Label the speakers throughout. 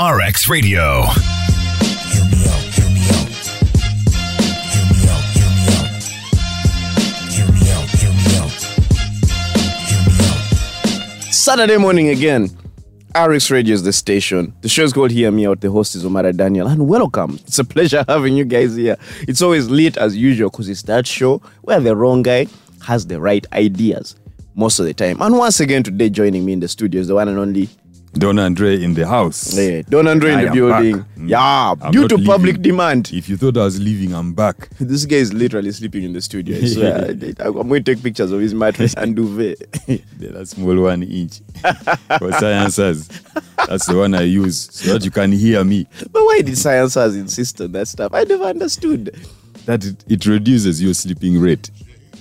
Speaker 1: RX Radio.
Speaker 2: Hear me out, hear me out. Hear me out, hear me out. Hear me out, hear me out. Hear me out.
Speaker 3: Saturday morning again. RX Radio is the station. The show is called Hear Me Out. The host is Omar Daniel. And welcome. It's a pleasure having you guys here. It's always late as usual because it's that show where the wrong guy has the right ideas most of the time. And once again, today joining me in the studio is the one and only
Speaker 4: Don Andre in the house.
Speaker 3: eh, Don Andre
Speaker 4: I
Speaker 3: in the
Speaker 4: am
Speaker 3: building.
Speaker 4: back. Mm.
Speaker 3: Yeah,
Speaker 4: I'm
Speaker 3: due
Speaker 4: not
Speaker 3: to public
Speaker 4: leaving.
Speaker 3: demand.
Speaker 4: If you thought I was leaving, I'm back.
Speaker 3: This guy is literally sleeping in the studio. I swear. I'm going to take pictures of his mattress and duvet.
Speaker 4: Yeah, That small one inch for sciences. That's the one I use so that you can hear me.
Speaker 3: but why did sciences insist on that stuff? I never understood.
Speaker 4: That it, it reduces your sleeping rate,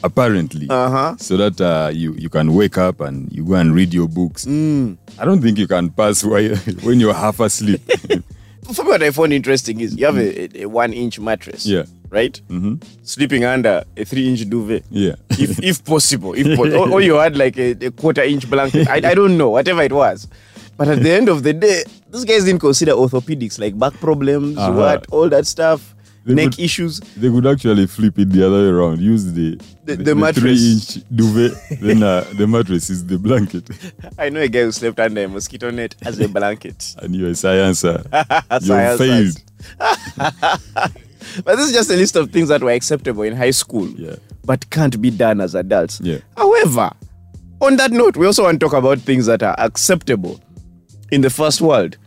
Speaker 4: apparently.
Speaker 3: Uh-huh.
Speaker 4: So that uh, you, you can wake up and you go and read your books.
Speaker 3: Mm.
Speaker 4: I don't think you can pass while, when you're half asleep.
Speaker 3: for me, what I found interesting is you have a, a- a one inch mattress,
Speaker 4: Yeah.
Speaker 3: right? Mm-hmm. Sleeping under a three inch duvet,
Speaker 4: yeah.
Speaker 3: if, if possible, if po- or, or you had like a, a quarter inch blanket. I, I don't know, whatever it was. But at the end of the day, these guys didn't consider orthopedics like back problems,
Speaker 4: Uh-huh.
Speaker 3: what, all that stuff,
Speaker 4: They
Speaker 3: neck
Speaker 4: would-
Speaker 3: issues.
Speaker 4: They could actually flip it the other way around. Use the
Speaker 3: The- the mattress.
Speaker 4: three inch duvet, then uh, the mattress is the blanket,
Speaker 3: I know a guy who slept under a mosquito net as a blanket.
Speaker 4: and you're a sciencer. you
Speaker 3: Science
Speaker 4: failed.
Speaker 3: But this is just a list of things that were acceptable in high school,
Speaker 4: Yeah.
Speaker 3: but can't be done as adults.
Speaker 4: Yeah.
Speaker 3: However, on that note, we also want to talk about things that are acceptable in the first world,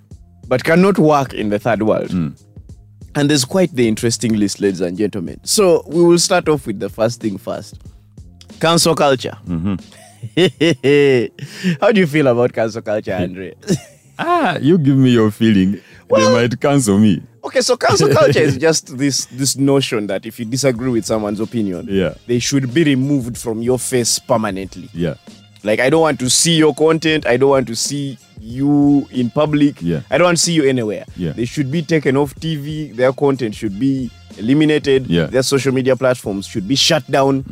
Speaker 3: but cannot work in the third world.
Speaker 4: Mm.
Speaker 3: And there's quite the interesting list, ladies and gentlemen. So we will start off with the first thing first cancel culture.
Speaker 4: Mm-hmm.
Speaker 3: How do you feel about cancel culture, Andre?
Speaker 4: Ah, you give me your feeling.
Speaker 3: Well-
Speaker 4: they might cancel me.
Speaker 3: Okay, so cancel culture is just this this notion that if you disagree with someone's opinion,
Speaker 4: Yeah.
Speaker 3: they should be removed from your face permanently.
Speaker 4: Yeah.
Speaker 3: Like I don't want to see your content, I don't want to see you in public.
Speaker 4: Yeah.
Speaker 3: I don't want to see you anywhere.
Speaker 4: Yeah.
Speaker 3: They should be taken off TV, their content should be eliminated,
Speaker 4: Yeah. Mm-hmm.
Speaker 3: their social media platforms should be shut down,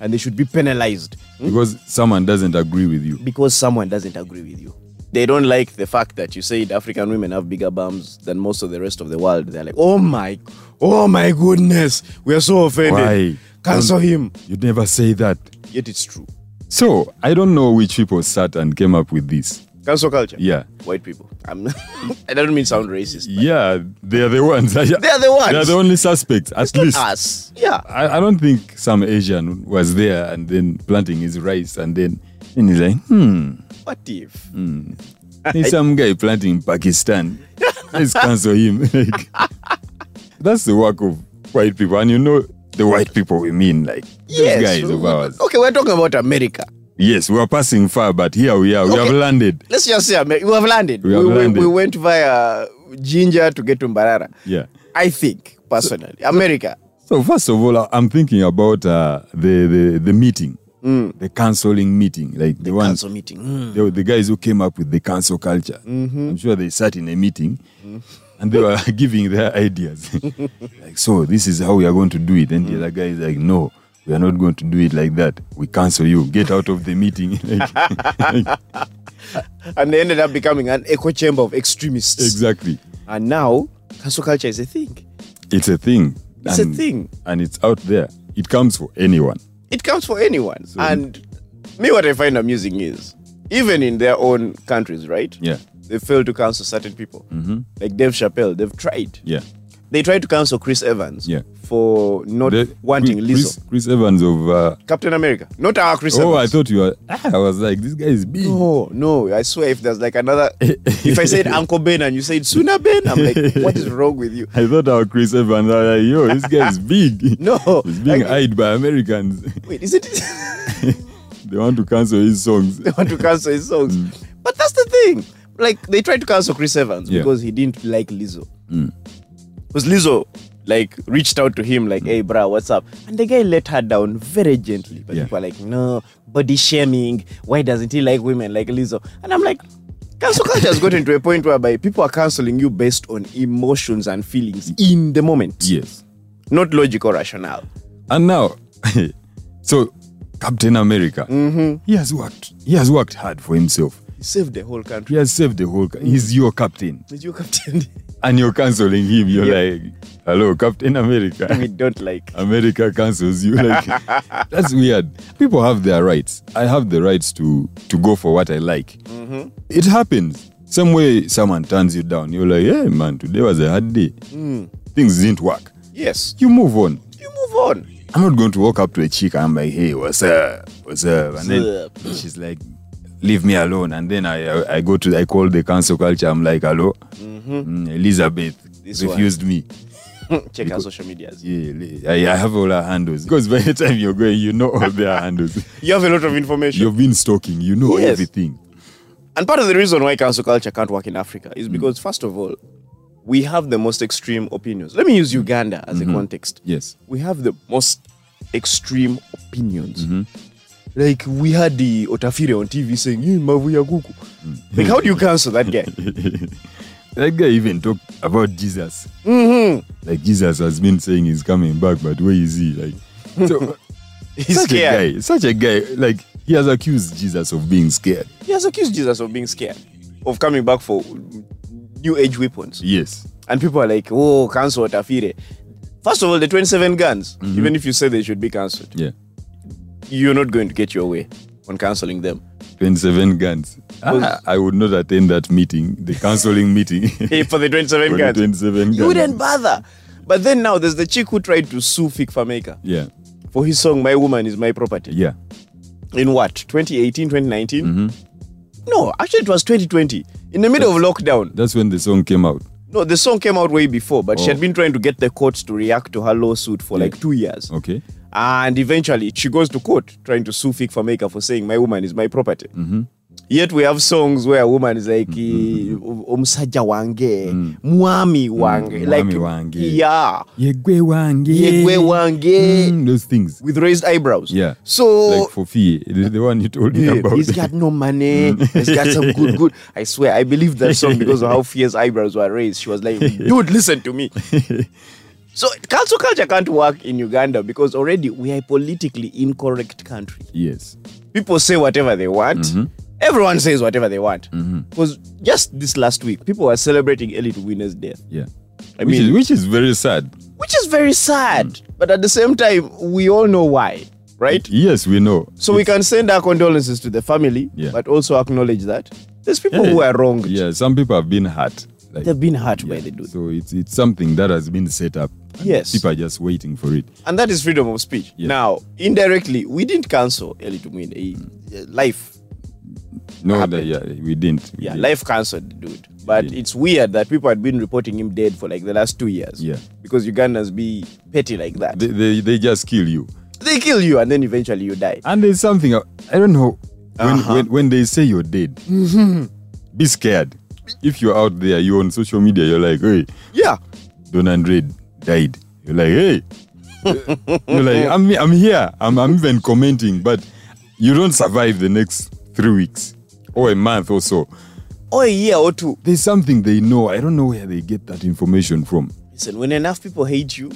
Speaker 3: and they should be penalized
Speaker 4: Because someone doesn't agree with you.
Speaker 3: because someone doesn't agree with you. They don't like the fact that you said African women have bigger bums than most of the rest of the world. They're like, oh my, oh my goodness, we are so offended.
Speaker 4: Why?
Speaker 3: Cancel
Speaker 4: Don't-
Speaker 3: him.
Speaker 4: You never say that.
Speaker 3: Yet it's true.
Speaker 4: So I don't know which people sat and came up with this.
Speaker 3: Cancel culture.
Speaker 4: Yeah.
Speaker 3: White people. I'm, I don't mean sound racist.
Speaker 4: Yeah, they are the ones. They
Speaker 3: They are the ones.
Speaker 4: They are the only suspects, at least.
Speaker 3: Us. Yeah.
Speaker 4: I, I don't think some Asian was there and then planting his rice and then and he's like, hmm,
Speaker 3: What if?
Speaker 4: Mm. there's some guy planting in Pakistan. Let's cancel him. Like, that's the work of white people. And you know the white people we mean, like these guys of ours.
Speaker 3: Okay, we're talking about America.
Speaker 4: Yes, we are passing far, but here we are. We
Speaker 3: Okay.
Speaker 4: have landed.
Speaker 3: Let's just say America. We have landed.
Speaker 4: We have
Speaker 3: we,
Speaker 4: landed.
Speaker 3: we went via Ginger to get to Mbarara.
Speaker 4: Yeah.
Speaker 3: I think, personally. America.
Speaker 4: So first of all, I- I'm thinking about uh, the, the the meeting, the counseling meeting, like the, one
Speaker 3: Council meeting. Mm.
Speaker 4: the, the guys who came up with the council culture.
Speaker 3: Mm-hmm.
Speaker 4: I'm sure they sat in a meeting and they were giving their ideas. like, so this is how we are going to do it. And
Speaker 3: Mm.
Speaker 4: the other guy is like, no, we are not going to do it like that. We cancel you. Get out of the meeting. Like,
Speaker 3: and they ended up becoming an echo chamber of extremists.
Speaker 4: exactly.
Speaker 3: And now, cancel culture is a thing.
Speaker 4: It's a thing.
Speaker 3: It's a thing.
Speaker 4: And it's out there. It comes for anyone.
Speaker 3: It counts for anyone. and me, what I find amusing is, even in their own countries, right?
Speaker 4: Yeah. Mm-hmm.
Speaker 3: They fail to cancel certain people. Like Dave Chappelle, they've tried.
Speaker 4: Yeah.
Speaker 3: They tried to cancel Chris Evans
Speaker 4: Yeah.
Speaker 3: for not
Speaker 4: The-
Speaker 3: wanting
Speaker 4: Chris,
Speaker 3: Lizzo.
Speaker 4: Chris, Chris Evans of. Uh,
Speaker 3: Captain America. Not our Chris
Speaker 4: oh, I
Speaker 3: Evans. Oh.
Speaker 4: thought you were. ah, I was like, this guy is big.
Speaker 3: no, no, I swear if there's like another if I said Uncle Ben and you said Suna Ben, I'm like, what is wrong with you?
Speaker 4: I thought our Chris Evans. I was like, yo, this guy is big.
Speaker 3: No.
Speaker 4: He's being
Speaker 3: like,
Speaker 4: eyed by Americans.
Speaker 3: wait, is it
Speaker 4: they want to cancel his songs.
Speaker 3: they want to cancel his songs. But that's the thing. Like they tried to cancel Chris Evans
Speaker 4: Mm. Yeah. Mm.
Speaker 3: because he didn't like Lizzo. Because Lizzo like reached out to him
Speaker 4: Mm.
Speaker 3: like, "Hey, bruh, what's up?" And the guy let her down very gently. But
Speaker 4: Yeah.
Speaker 3: people are like, "No, body shaming. Why doesn't he like women like Lizzo?" And I'm like. Cancel culture has gotten to a point whereby people are canceling you based on emotions and feelings
Speaker 4: Mm.
Speaker 3: in the moment,
Speaker 4: Yes.
Speaker 3: not logic or rationale.
Speaker 4: And now,
Speaker 3: Mm-hmm.
Speaker 4: so Captain America, he has worked. He has worked hard for himself.
Speaker 3: He saved the whole country.
Speaker 4: He has saved the whole. co-
Speaker 3: Mm.
Speaker 4: He's your captain,
Speaker 3: Did you captain?
Speaker 4: and you're canceling him. You're
Speaker 3: Yeah.
Speaker 4: like, hello, Captain
Speaker 3: we
Speaker 4: America.
Speaker 3: don't like.
Speaker 4: America cancels you. Like, that's weird. People have their rights. I have the rights to to go for what I like.
Speaker 3: Mm-hmm.
Speaker 4: It happens. Some way, someone turns you down. You're like, hey man, today was a hard day.
Speaker 3: Mm.
Speaker 4: Things didn't work.
Speaker 3: Yes.
Speaker 4: You move on.
Speaker 3: You move on.
Speaker 4: I'm not going to walk up to a chick and I'm like, hey, what's up? What's up? And then
Speaker 3: up?
Speaker 4: she's like, leave me alone. And then I I, I go to, I call the council culture. I'm like, hello? Mm, Elizabeth
Speaker 3: Mm-hmm. This one.
Speaker 4: refused me.
Speaker 3: Check our social medias.
Speaker 4: Yeah, li- I, I have all her handles. Because by the time you're going, you know all their handles.
Speaker 3: You have a lot of information.
Speaker 4: You've been stalking, you know
Speaker 3: Yes.
Speaker 4: everything.
Speaker 3: And part of the reason why cancel culture can't work in Africa
Speaker 4: Mm.
Speaker 3: is because, first of all, we have the most extreme opinions. Let me use Uganda as
Speaker 4: Mm-hmm.
Speaker 3: a context.
Speaker 4: Yes.
Speaker 3: We have the most extreme opinions.
Speaker 4: Mm-hmm.
Speaker 3: Like we had the Otafire on TV saying, "You mavu ya kuku."
Speaker 4: Mm-hmm.
Speaker 3: Like, how do you cancel that guy?
Speaker 4: That guy even talked about Jesus.
Speaker 3: Mm-hmm.
Speaker 4: Like Jesus has been saying he's coming back, but where is he? Like, so,
Speaker 3: He's
Speaker 4: such
Speaker 3: scared.
Speaker 4: a guy, such a guy. Like he has accused Jesus of being scared.
Speaker 3: He has accused Jesus of being scared, of coming back for new age weapons.
Speaker 4: Yes,
Speaker 3: And people are like, oh, cancel Otafire. First of all, the 27 guns,
Speaker 4: Mm-hmm.
Speaker 3: even if you say they should be cancelled,
Speaker 4: yeah.
Speaker 3: you're not going to get your way on cancelling them.
Speaker 4: Twenty-seven guns. Ah, I would not attend that meeting, the counseling meeting.
Speaker 3: Hey, for the 27
Speaker 4: For the
Speaker 3: guns.
Speaker 4: 27
Speaker 3: You wouldn't
Speaker 4: guns.
Speaker 3: bother. But then now there's the chick who tried to sue Fik Fameka
Speaker 4: yeah,
Speaker 3: for his song My Woman Is My Property.
Speaker 4: yeah.
Speaker 3: In what? 2018, 2019?
Speaker 4: Mm-hmm.
Speaker 3: No, actually it was 2020. In the middle of lockdown.
Speaker 4: That's when the song came out.
Speaker 3: No, the song came out way before, but she
Speaker 4: Oh.
Speaker 3: had been trying to get the courts to react to her lawsuit for like two years.
Speaker 4: Okay.
Speaker 3: And eventually she goes to court trying to sue Fik Fameka for saying my woman is my property.
Speaker 4: Mm-hmm.
Speaker 3: Yet we have songs where a woman is like eh,
Speaker 4: Mm-hmm.
Speaker 3: omsaja wange, mwami wange.
Speaker 4: mwami
Speaker 3: like,
Speaker 4: Mm. wange.
Speaker 3: Yeah.
Speaker 4: Yegwe wange.
Speaker 3: Yegwe wange.
Speaker 4: Mm, those things.
Speaker 3: with raised eyebrows.
Speaker 4: Yeah.
Speaker 3: So
Speaker 4: like for fee, the, the one you told me
Speaker 3: Oh. yeah,
Speaker 4: about. Mm.
Speaker 3: he's got no money. he's got some good, good. I swear, I believe that song because of how fierce eyebrows were raised. She was like, dude, listen to me. So cancel culture can't work in Uganda because already we are a politically incorrect country.
Speaker 4: yes.
Speaker 3: People say whatever they want.
Speaker 4: Mm-hmm.
Speaker 3: Everyone says whatever they want. Because just this last week, people were celebrating Elliot Winner's death,
Speaker 4: Yeah.
Speaker 3: I
Speaker 4: which
Speaker 3: mean-
Speaker 4: is, which is very sad.
Speaker 3: which is very sad.
Speaker 4: Mm.
Speaker 3: But at the same time, we all know why, right?
Speaker 4: Yes, we know.
Speaker 3: So we can send our condolences to the family,
Speaker 4: Yeah.
Speaker 3: but also acknowledge that there's people who are wronged.
Speaker 4: Yeah, some people have been hurt. Like,
Speaker 3: They've been hurt by
Speaker 4: yeah.
Speaker 3: the dude.
Speaker 4: So it's it's something that has been set up. and
Speaker 3: Yes.
Speaker 4: People are just waiting for it.
Speaker 3: And that is freedom of speech.
Speaker 4: Yeah.
Speaker 3: Now, indirectly, we didn't cancel Eli Tumwine. He-
Speaker 4: Mm.
Speaker 3: uh, Life.
Speaker 4: No, that,
Speaker 3: Happened.
Speaker 4: yeah, we didn't. we
Speaker 3: Yeah,
Speaker 4: didn't.
Speaker 3: life cancelled the dude. But
Speaker 4: did.
Speaker 3: it's weird that people had been reporting him dead for like the last two years.
Speaker 4: Yeah.
Speaker 3: Because Ugandans be petty like that.
Speaker 4: They, they, they just kill you.
Speaker 3: They kill you and then eventually you die.
Speaker 4: And there's something, I I don't know, when,
Speaker 3: Uh-huh.
Speaker 4: when, when they say you're dead,
Speaker 3: Mm-hmm.
Speaker 4: be scared. If you're out there, you're on social media, you're like, hey,
Speaker 3: Yeah.
Speaker 4: Don Andre died. You're like, hey. You're like, I'm, I'm here. I'm, I'm even commenting, but you don't survive the next three weeks or a month or so.
Speaker 3: Or Oh, a year or two.
Speaker 4: There's something they know. I don't know where they get that information from.
Speaker 3: Listen, when enough people hate you,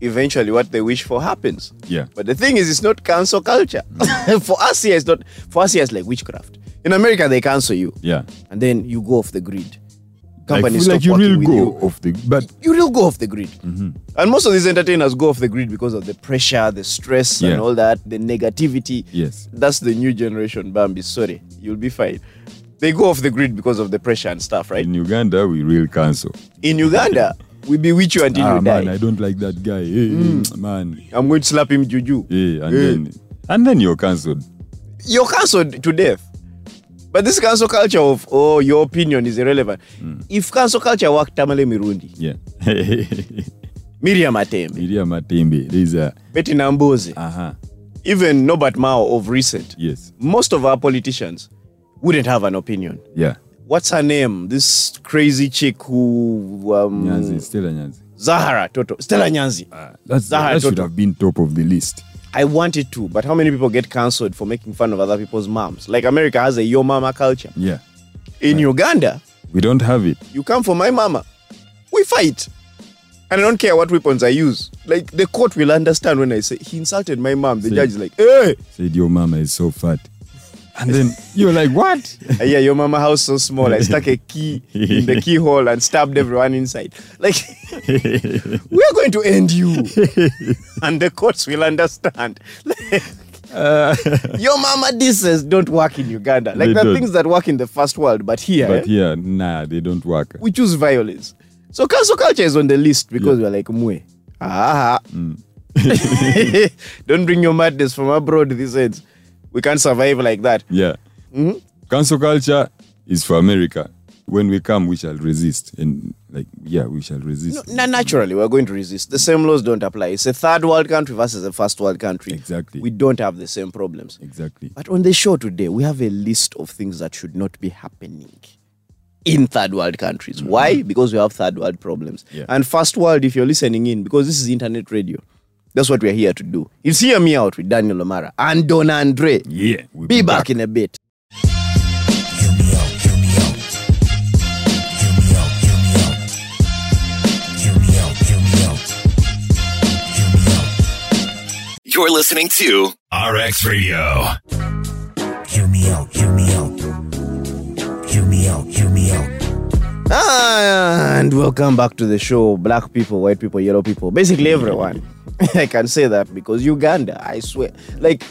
Speaker 3: eventually what they wish for happens.
Speaker 4: Yeah. Mm.
Speaker 3: But the thing is, it's not cancel culture. for us here, it's not. For us here, it's like witchcraft. In America, they cancel you,
Speaker 4: Yeah.
Speaker 3: and then you go off the grid.
Speaker 4: I
Speaker 3: Companies stop
Speaker 4: feel like you
Speaker 3: working
Speaker 4: will
Speaker 3: with
Speaker 4: go
Speaker 3: you.
Speaker 4: off the. But
Speaker 3: You will go off the grid,
Speaker 4: Mm-hmm.
Speaker 3: and most of these entertainers go off the grid because of the pressure, the stress,
Speaker 4: Yeah.
Speaker 3: and all that, the negativity.
Speaker 4: Yes.
Speaker 3: that's the new generation, Bambi. Sorry, you'll be fine. They go off the grid because of the pressure and stuff, right?
Speaker 4: in Uganda, we real cancel.
Speaker 3: In Uganda, we bewitch you until
Speaker 4: Mm-hmm. Ah,
Speaker 3: you
Speaker 4: man,
Speaker 3: die.
Speaker 4: I don't like that guy. Hey, man.
Speaker 3: I'm going to slap him juju.
Speaker 4: Mm. Hey, and
Speaker 3: Hey.
Speaker 4: then and then you're cancelled.
Speaker 3: You're cancelled to death. But this cancel culture of oh your opinion is irrelevant.
Speaker 4: Mm.
Speaker 3: If cancel culture worked Tamale Mirundi,
Speaker 4: Yeah.
Speaker 3: Miriam Atembe,
Speaker 4: Miriam Matembe. There's a
Speaker 3: Betty Namboze,
Speaker 4: uh huh.
Speaker 3: even Norbert Mao of recent,
Speaker 4: Yes.
Speaker 3: most of our politicians wouldn't have an opinion.
Speaker 4: Yeah.
Speaker 3: What's her name? This crazy chick who um,
Speaker 4: Nyanzi, Ah. Stella Nyanzi.
Speaker 3: Zahara Toto Stella Nyanzi.
Speaker 4: Mm. That's,
Speaker 3: Zaha
Speaker 4: that should
Speaker 3: Toto.
Speaker 4: have been top of the list.
Speaker 3: I wanted to, but how many people get cancelled for making fun of other people's moms? Like America has a yo mama culture.
Speaker 4: Yeah.
Speaker 3: In Uganda,
Speaker 4: We don't have it.
Speaker 3: you come for my mama we fight and i don't care what weapons i use like the court will understand when i say he insulted my mom the
Speaker 4: See.
Speaker 3: judge is like hey
Speaker 4: Said your mama is so fat. And then you're like, what?
Speaker 3: Uh, yeah, your mama house so small. I stuck a key in the keyhole and stabbed everyone inside. Like, we are going to end you, and the courts will understand. your mama dices don't work in Uganda. Like
Speaker 4: They
Speaker 3: the
Speaker 4: don't.
Speaker 3: things that work in the first world, but here, eh,
Speaker 4: But yeah, nah, they don't work.
Speaker 3: we choose violence. So cancel culture is on the list because we're like mwe. Ah,
Speaker 4: Mm.
Speaker 3: don't bring your madness from abroad. These ends, we can't survive like that.
Speaker 4: Yeah.
Speaker 3: Mm-hmm.
Speaker 4: Cancel culture is for America. When we come, we shall resist. And like, yeah, we shall resist.
Speaker 3: No, naturally, we're going to resist. The same laws don't apply. It's a third world country versus a first world country.
Speaker 4: Exactly.
Speaker 3: We don't have the same problems.
Speaker 4: Exactly.
Speaker 3: But on the show today, we have a list of things that should not be happening in third world countries. Why? Because we have third world problems.
Speaker 4: Yeah.
Speaker 3: And first world, if you're listening in, because this is internet radio, that's what we're here to do. It's Hear Me Out with Daniel O'Mara and Don Andre.
Speaker 4: Yeah. We'll
Speaker 3: Be back in a bit.
Speaker 2: Hear me out, hear me out. Hear me out, hear me out. Hear me out, hear me out. Hear me out.
Speaker 1: You're listening to RX Radio.
Speaker 2: Hear me out, hear me out. Hear me out, hear me out.
Speaker 3: And welcome back to the show. Black people, white people, yellow people, basically everyone. I can say that because Uganda, I swear. Like,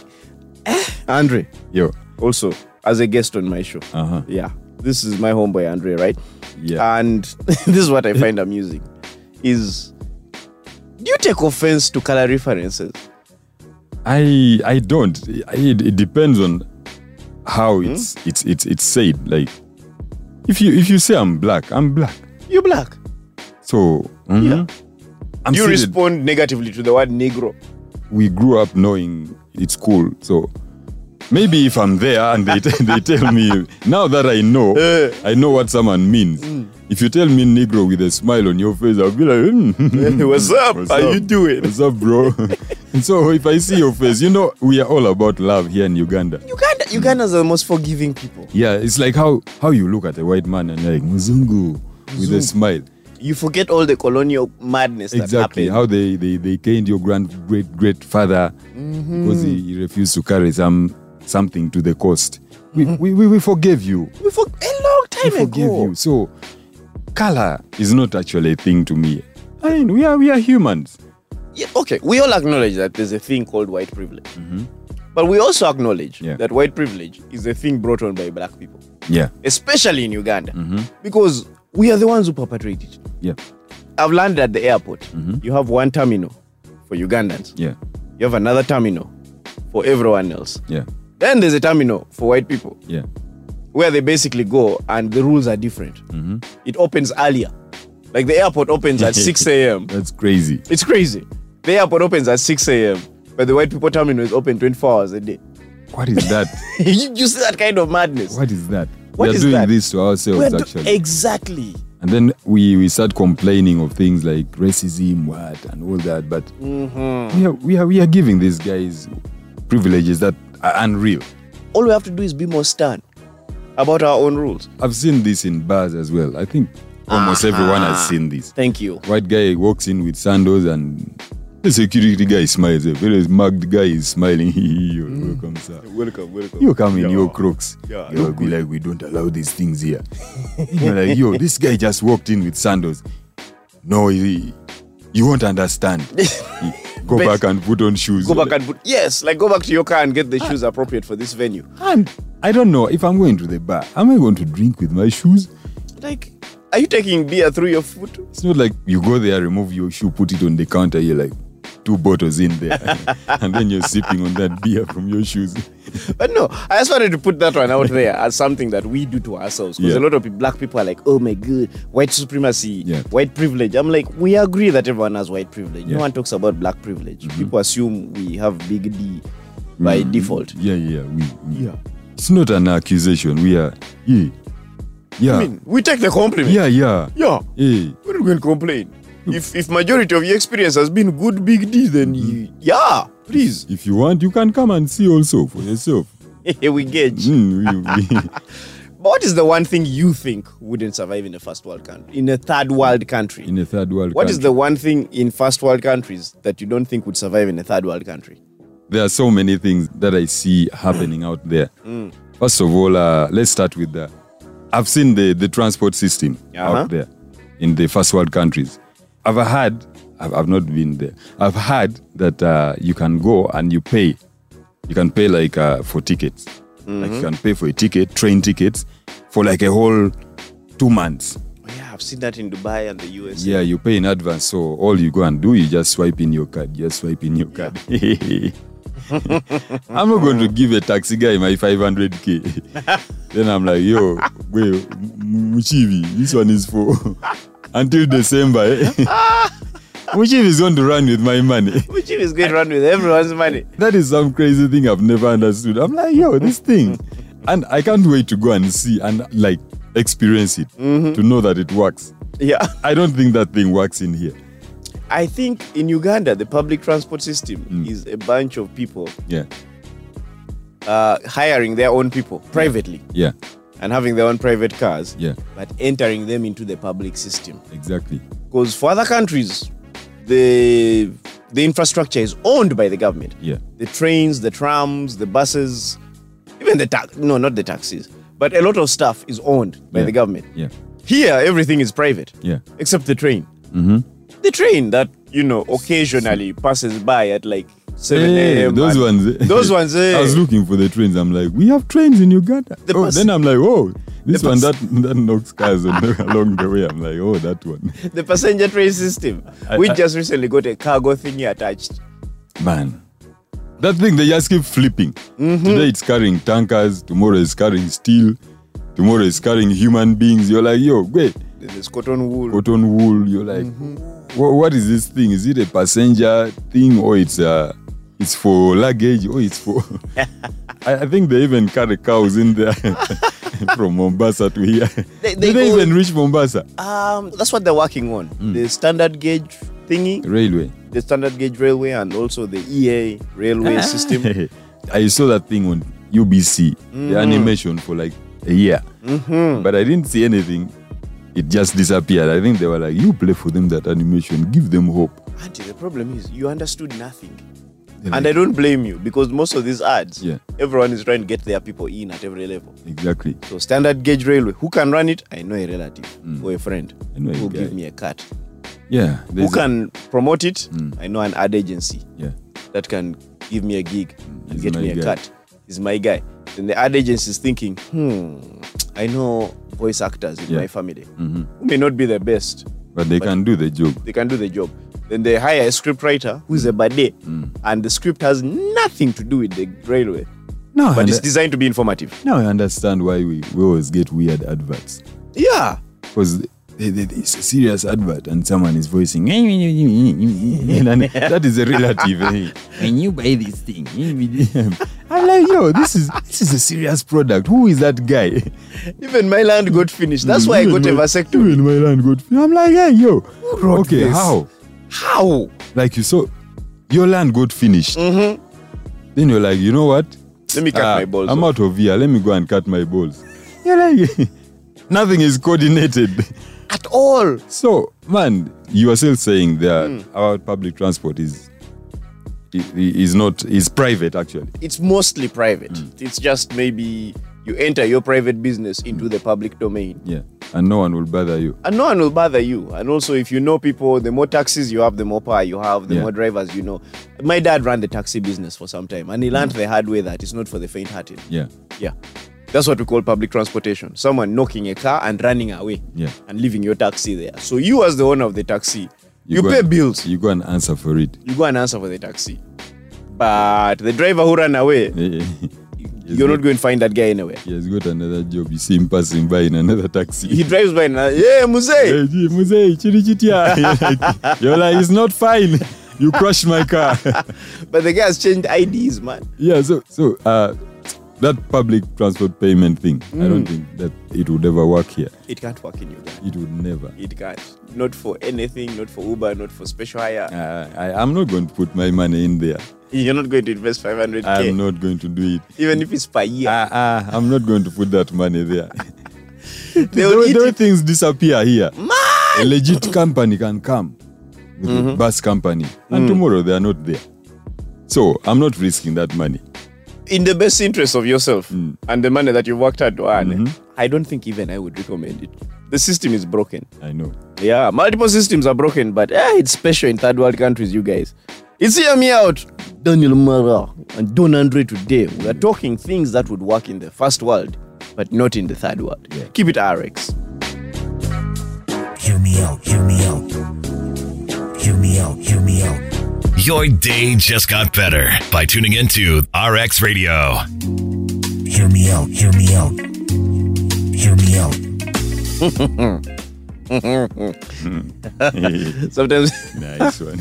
Speaker 3: eh, Andre,
Speaker 4: Yo.
Speaker 3: also, as a guest on my show.
Speaker 4: Uh-huh.
Speaker 3: Yeah. This is my homeboy, Andre, right?
Speaker 4: Yeah.
Speaker 3: And this is what I find amusing is do you take offense to color references?
Speaker 4: I I don't. I, it, it depends on how
Speaker 3: Mm-hmm.
Speaker 4: it's it's it's it's said. Like if you if you say I'm black, I'm black.
Speaker 3: You're black.
Speaker 4: So mhm.
Speaker 3: Yeah.
Speaker 4: I'm
Speaker 3: you
Speaker 4: seated.
Speaker 3: respond negatively to the word Negro.
Speaker 4: we grew up knowing it's cool. So maybe if I'm there and they, t- they tell me, now that I know,
Speaker 3: Eh. Mm.
Speaker 4: I know what someone means. If you tell me Negro with a smile on your face, I'll be like, mm,
Speaker 3: What's up?
Speaker 4: what's
Speaker 3: Eh, How
Speaker 4: up?
Speaker 3: you doing?
Speaker 4: What's up, bro? and so if I see your face, you know, we are all about love here in Uganda.
Speaker 3: Uganda, Ugandans are the most forgiving people.
Speaker 4: Yeah, it's like how, how you look at a white man and you're like, Mzungu, with a smile.
Speaker 3: you forget all the colonial madness that
Speaker 4: exactly
Speaker 3: happened.
Speaker 4: how they, they they caned your grand great great father
Speaker 3: Mm-hmm.
Speaker 4: because he, he refused to carry some something to the cost we,
Speaker 3: Mm-hmm.
Speaker 4: we, we, we forgave you
Speaker 3: we for- a long
Speaker 4: we
Speaker 3: time
Speaker 4: forgave
Speaker 3: ago.
Speaker 4: you so color is not actually a thing to me i mean we are we are humans
Speaker 3: Yeah, okay, we all acknowledge that there's a thing called white privilege, but we also acknowledge
Speaker 4: Mm-hmm. Yeah.
Speaker 3: that white privilege is a thing brought on by black people,
Speaker 4: yeah
Speaker 3: especially in Uganda,
Speaker 4: Mm-hmm.
Speaker 3: because we are the ones who perpetrate it.
Speaker 4: yeah
Speaker 3: I've landed at the airport. You have one terminal for Ugandans.
Speaker 4: Mm-hmm. yeah
Speaker 3: You have another terminal for everyone else.
Speaker 4: yeah
Speaker 3: Then there's a terminal for white people
Speaker 4: yeah
Speaker 3: where they basically go and the rules are different.
Speaker 4: Mm-hmm.
Speaker 3: It opens earlier. Like the airport opens at 6 a.m.
Speaker 4: that's crazy
Speaker 3: It's crazy. The airport opens at 6 a.m., but the white people terminal is open 24 hours a day.
Speaker 4: what is that
Speaker 3: you, you see that kind of madness.
Speaker 4: what is that
Speaker 3: What
Speaker 4: we are
Speaker 3: is
Speaker 4: doing
Speaker 3: that?
Speaker 4: this to ourselves
Speaker 3: We're do-
Speaker 4: actually
Speaker 3: exactly.
Speaker 4: and then we, we start complaining of things like racism, what, and all that. But we, are, we, are, we are giving these guys privileges that are unreal.
Speaker 3: All we have to do is be more stern about our own rules.
Speaker 4: I've seen this in bars as well. I think almost everyone has seen this.
Speaker 3: Thank you.
Speaker 4: White guy walks in with sandals and the security guy smiles. The very mugged guy is smiling. You're welcome, sir.
Speaker 3: Welcome, welcome.
Speaker 4: You come in your crooks.
Speaker 3: Yeah,
Speaker 4: You'll be like, we don't allow these things here. You're like, yo, this guy just walked in with sandals. No, he, you won't understand. He- go
Speaker 3: Best-
Speaker 4: back and put on shoes.
Speaker 3: Go back and put, yes, like go back to your car and get the shoes
Speaker 4: Ah.
Speaker 3: appropriate for this venue.
Speaker 4: and I don't know if I'm going to the bar. Am I going to drink with my shoes?
Speaker 3: Like, are you taking beer through your foot?
Speaker 4: It's not like you go there, remove your shoe, put it on the counter. You're like two bottles in there, and then you're sipping on that beer from your shoes.
Speaker 3: But no, I just wanted to put that one out there as something that we do to ourselves. Because
Speaker 4: Yeah.
Speaker 3: a lot of pe- black people are like, oh my god, white supremacy,
Speaker 4: Yeah.
Speaker 3: white privilege. I'm like, we agree that everyone has white privilege. No
Speaker 4: Yeah. Mm-hmm.
Speaker 3: one talks about black privilege. People assume we have big D by default.
Speaker 4: Yeah, Mm-hmm. yeah, we, we- It's not an accusation. We are, yeah, yeah,
Speaker 3: I mean, we take the compliment.
Speaker 4: yeah, yeah.
Speaker 3: Yeah.
Speaker 4: Hey,
Speaker 3: We're not going to complain. If, if majority of your experience has been good big D, then
Speaker 4: Mm-hmm.
Speaker 3: you, yeah, please.
Speaker 4: if you want, you can come and see also for yourself.
Speaker 3: we gauge.
Speaker 4: Mm, we- we-
Speaker 3: But what is the one thing you think wouldn't survive in a first world country, in a third world country?
Speaker 4: in a third world
Speaker 3: What is
Speaker 4: country.
Speaker 3: the one thing in first world countries that you don't think would survive in a third world country? Hmm.
Speaker 4: There are so many things that I see happening out there. First of all, uh, let's start with the. I've seen the, the transport system
Speaker 3: Uh-huh.
Speaker 4: out there in the first world countries. I've heard, I've, I've not been there. I've heard that uh, you can go and you pay. You can pay like uh, for tickets. Like
Speaker 3: Mm-hmm.
Speaker 4: you can pay for a ticket, train tickets, for like a whole two months.
Speaker 3: Oh, Yeah, I've seen that in Dubai and the US.
Speaker 4: Yeah, you pay in advance. So all you go and do, you just swipe in your card. Just swipe in your card. I'm not going to give a taxi guy my 500k. then I'm like, yo, wait, Muchivi, this one is for until December. Eh? Muchivi is going to run with my money.
Speaker 3: Which is going to run with everyone's money.
Speaker 4: That is some crazy thing I've never understood. I'm like, yo, this thing. And I can't wait to go and see and like experience it to know that it works.
Speaker 3: Yeah.
Speaker 4: I don't think that thing works in here.
Speaker 3: I think in Uganda, the public transport system
Speaker 4: Hmm.
Speaker 3: is a bunch of people
Speaker 4: Yeah.
Speaker 3: uh, hiring their own people privately
Speaker 4: Yeah,
Speaker 3: and having their own private cars,
Speaker 4: yeah,
Speaker 3: but entering them into the public system.
Speaker 4: exactly.
Speaker 3: Because for other countries, the the infrastructure is owned by the government.
Speaker 4: Yeah,
Speaker 3: The trains, the trams, the buses, even the tax no, not the taxis, but a lot of stuff is owned by
Speaker 4: Yeah.
Speaker 3: the government.
Speaker 4: yeah,
Speaker 3: Here, everything is private.
Speaker 4: yeah, Mm-hmm.
Speaker 3: except the train. The train that you know occasionally passes by at like seven
Speaker 4: Hey,
Speaker 3: a.m.
Speaker 4: those
Speaker 3: and-
Speaker 4: ones. eh.
Speaker 3: Those ones. eh.
Speaker 4: I was looking for the trains. I'm like, we have trains in Uganda.
Speaker 3: The
Speaker 4: oh,
Speaker 3: bus-
Speaker 4: then I'm like, oh, this
Speaker 3: the
Speaker 4: one
Speaker 3: bus-
Speaker 4: that that knocks cars on the- along the way. I'm like, oh, that one,
Speaker 3: the passenger train system.
Speaker 4: I-
Speaker 3: we
Speaker 4: I-
Speaker 3: just recently got a cargo thingy attached.
Speaker 4: man. That thing they just keep flipping.
Speaker 3: Mm-hmm.
Speaker 4: Today it's carrying tankers. Tomorrow it's carrying steel. Tomorrow it's carrying human beings. You're like, yo, wait,
Speaker 3: There's cotton wool.
Speaker 4: cotton wool. You're like,
Speaker 3: Mm-hmm.
Speaker 4: "Wha- what is this thing? Is it a passenger thing or it's uh it's for luggage or it's for? I, I think they even carry cows in there from Mombasa to here.
Speaker 3: They-
Speaker 4: Did
Speaker 3: they
Speaker 4: they
Speaker 3: go-
Speaker 4: even reach Mombasa?
Speaker 3: Um, that's what they're working on.
Speaker 4: Mm.
Speaker 3: The standard gauge thingy,
Speaker 4: Railway.
Speaker 3: the standard gauge railway, and also the EA railway system.
Speaker 4: I saw that thing on UBC,
Speaker 3: Mm-hmm.
Speaker 4: the animation for like a year, but I didn't see anything. It just disappeared. I think they were like, "You play for them that animation, give them hope."
Speaker 3: Auntie, the problem is you understood nothing.
Speaker 4: They're
Speaker 3: And I
Speaker 4: like,
Speaker 3: don't blame you because most of these ads,
Speaker 4: Yeah.
Speaker 3: everyone is trying to get their people in at every level.
Speaker 4: exactly.
Speaker 3: So standard gauge railway. Who can run it? I know a relative or a friend
Speaker 4: Mm. I know a
Speaker 3: who will give
Speaker 4: guy.
Speaker 3: me a cut.
Speaker 4: Yeah.
Speaker 3: Who
Speaker 4: there's a- Mm.
Speaker 3: can promote it? I know an ad agency
Speaker 4: Yeah.
Speaker 3: that can give me a gig and
Speaker 4: Mm. He's
Speaker 3: get
Speaker 4: my
Speaker 3: me a
Speaker 4: guy.
Speaker 3: cut. Is my guy. Then the ad agency is thinking, hmm, I know voice actors in
Speaker 4: Yeah. Mm-hmm.
Speaker 3: my family who may not be the best.
Speaker 4: But they can do the job.
Speaker 3: They can do the job. Then they hire a script writer who's a bidet, and the script has nothing to do with the railway,
Speaker 4: No,
Speaker 3: but it's designed to be informative.
Speaker 4: now I understand why we, we always get weird adverts.
Speaker 3: Yeah.
Speaker 4: Because it's a serious advert and someone is voicing. and then that is a relative. eh? When you buy this thing, I'm like, yo, this is this is a serious product. Who is that guy?
Speaker 3: Even my land got finished. That's why I
Speaker 4: Even
Speaker 3: got a
Speaker 4: my-
Speaker 3: vasectomy.
Speaker 4: even my land got- I'm like, hey, yo. Okay,
Speaker 3: this?
Speaker 4: how?
Speaker 3: How? Mm-hmm.
Speaker 4: Like you saw your land got finished. Then you're like, you know what?
Speaker 3: Let me cut
Speaker 4: Ah,
Speaker 3: my balls.
Speaker 4: I'm
Speaker 3: off.
Speaker 4: out of here. Let me go and cut my balls. You're like, nothing is coordinated.
Speaker 3: At all.
Speaker 4: So, man, you are still saying that
Speaker 3: Mm.
Speaker 4: our public transport is i- i- is not is private actually.
Speaker 3: It's mostly private. It's just maybe you enter your private business into the public domain.
Speaker 4: Yeah, and no one will bother you.
Speaker 3: And no one will bother you. And also, if you know people, the more taxis you have, the more power you have, the
Speaker 4: Yeah.
Speaker 3: more drivers you know. My dad ran the taxi business for some time, and he learned the hard way that it's not for the faint hearted.
Speaker 4: Yeah,
Speaker 3: Yeah. That's what we call public transportation. Someone knocking a car and running away
Speaker 4: Yeah.
Speaker 3: and leaving your taxi there. So, you, as the owner of the taxi, you,
Speaker 4: go
Speaker 3: pay
Speaker 4: and-
Speaker 3: bills.
Speaker 4: You go and answer for it.
Speaker 3: you go and answer for the taxi. But the driver who ran away,
Speaker 4: Eh,
Speaker 3: you're not going to find that guy anywhere.
Speaker 4: He has got another job. You see him passing by in another taxi.
Speaker 3: He drives by and uh, yeah, Muse.
Speaker 4: Hey, gee, Mzee, chili chitia. You're like- You're like, it's not fine. You crushed my car.
Speaker 3: But the guy has changed IDs, man.
Speaker 4: yeah so so uh that public transport payment thing i don't think that it would ever work here
Speaker 3: It can't work in Uganda.
Speaker 4: it would never
Speaker 3: It can't. Not for anything, not for Uber, not for special hire.
Speaker 4: uh, I, i'm not going to put my money in there
Speaker 3: You're not going to invest 500k.
Speaker 4: i'm not going to do it
Speaker 3: Even if it's per year.
Speaker 4: uh, uh, i'm not going to put that money there
Speaker 3: they will
Speaker 4: those,
Speaker 3: eat
Speaker 4: those
Speaker 3: it.
Speaker 4: things disappear here a legit company can come with
Speaker 3: Mm-hmm. Mm.
Speaker 4: a bus company and tomorrow they are not there so i'm not risking that money
Speaker 3: in the best interest of yourself and the money that you've worked hard to earn, I don't think even I would recommend it. The system is broken.
Speaker 4: I know.
Speaker 3: Yeah, multiple systems are broken, but eh, it's special in third world countries, you guys. It's hear me out. Daniel Mara and Don Andre today. We are talking things that would work in the first world, but not in the third world. Keep it RX.
Speaker 2: Hear me out, hear me out. Hear me out, hear me out.
Speaker 1: Your day just got better by tuning into RX Radio.
Speaker 2: Hear me out, hear me out. Hear me out.
Speaker 3: Sometimes
Speaker 4: Nice one.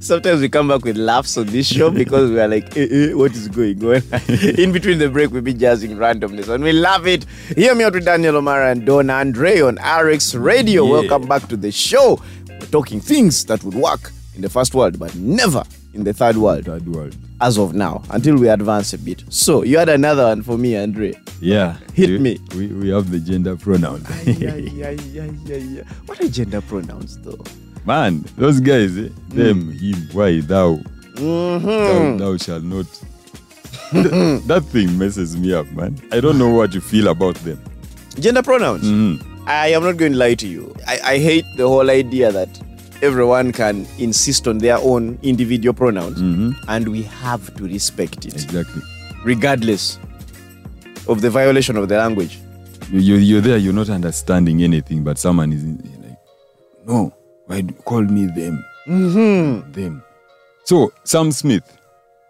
Speaker 3: sometimes we come back with laughs on this show because we are like, eh, eh, what is going on? in between the break, we'll be jazzing randomness and we love it. Hear me out with Daniel O'Mara and Don Andre on RX Radio.
Speaker 4: Yeah.
Speaker 3: Welcome back to the show. We're talking things that would work in the first world, but never in the third world
Speaker 4: Third world.
Speaker 3: as of now until we advance a bit. So, you had another one for me, Andre.
Speaker 4: Yeah.
Speaker 3: Hit
Speaker 4: we,
Speaker 3: me.
Speaker 4: We, we have the gender pronoun.
Speaker 3: yeah, yeah, yeah, yeah, yeah. What are gender pronouns, though?
Speaker 4: Man, those guys, eh?
Speaker 3: Mm.
Speaker 4: them, him, why, thou.
Speaker 3: Mm-hmm.
Speaker 4: Thou, thou shall not. Th- that thing messes me up, man. I don't know what you feel about them.
Speaker 3: Gender pronouns? I am not going to lie to you. I, I hate the whole idea that everyone can insist on their own individual pronouns and we have to respect it,
Speaker 4: Exactly.
Speaker 3: regardless of the violation of the language.
Speaker 4: You, you, you're there, you're not understanding anything, but someone is in- in like, no, why do, call me them? Mm-hmm. Them. So, Sam Smith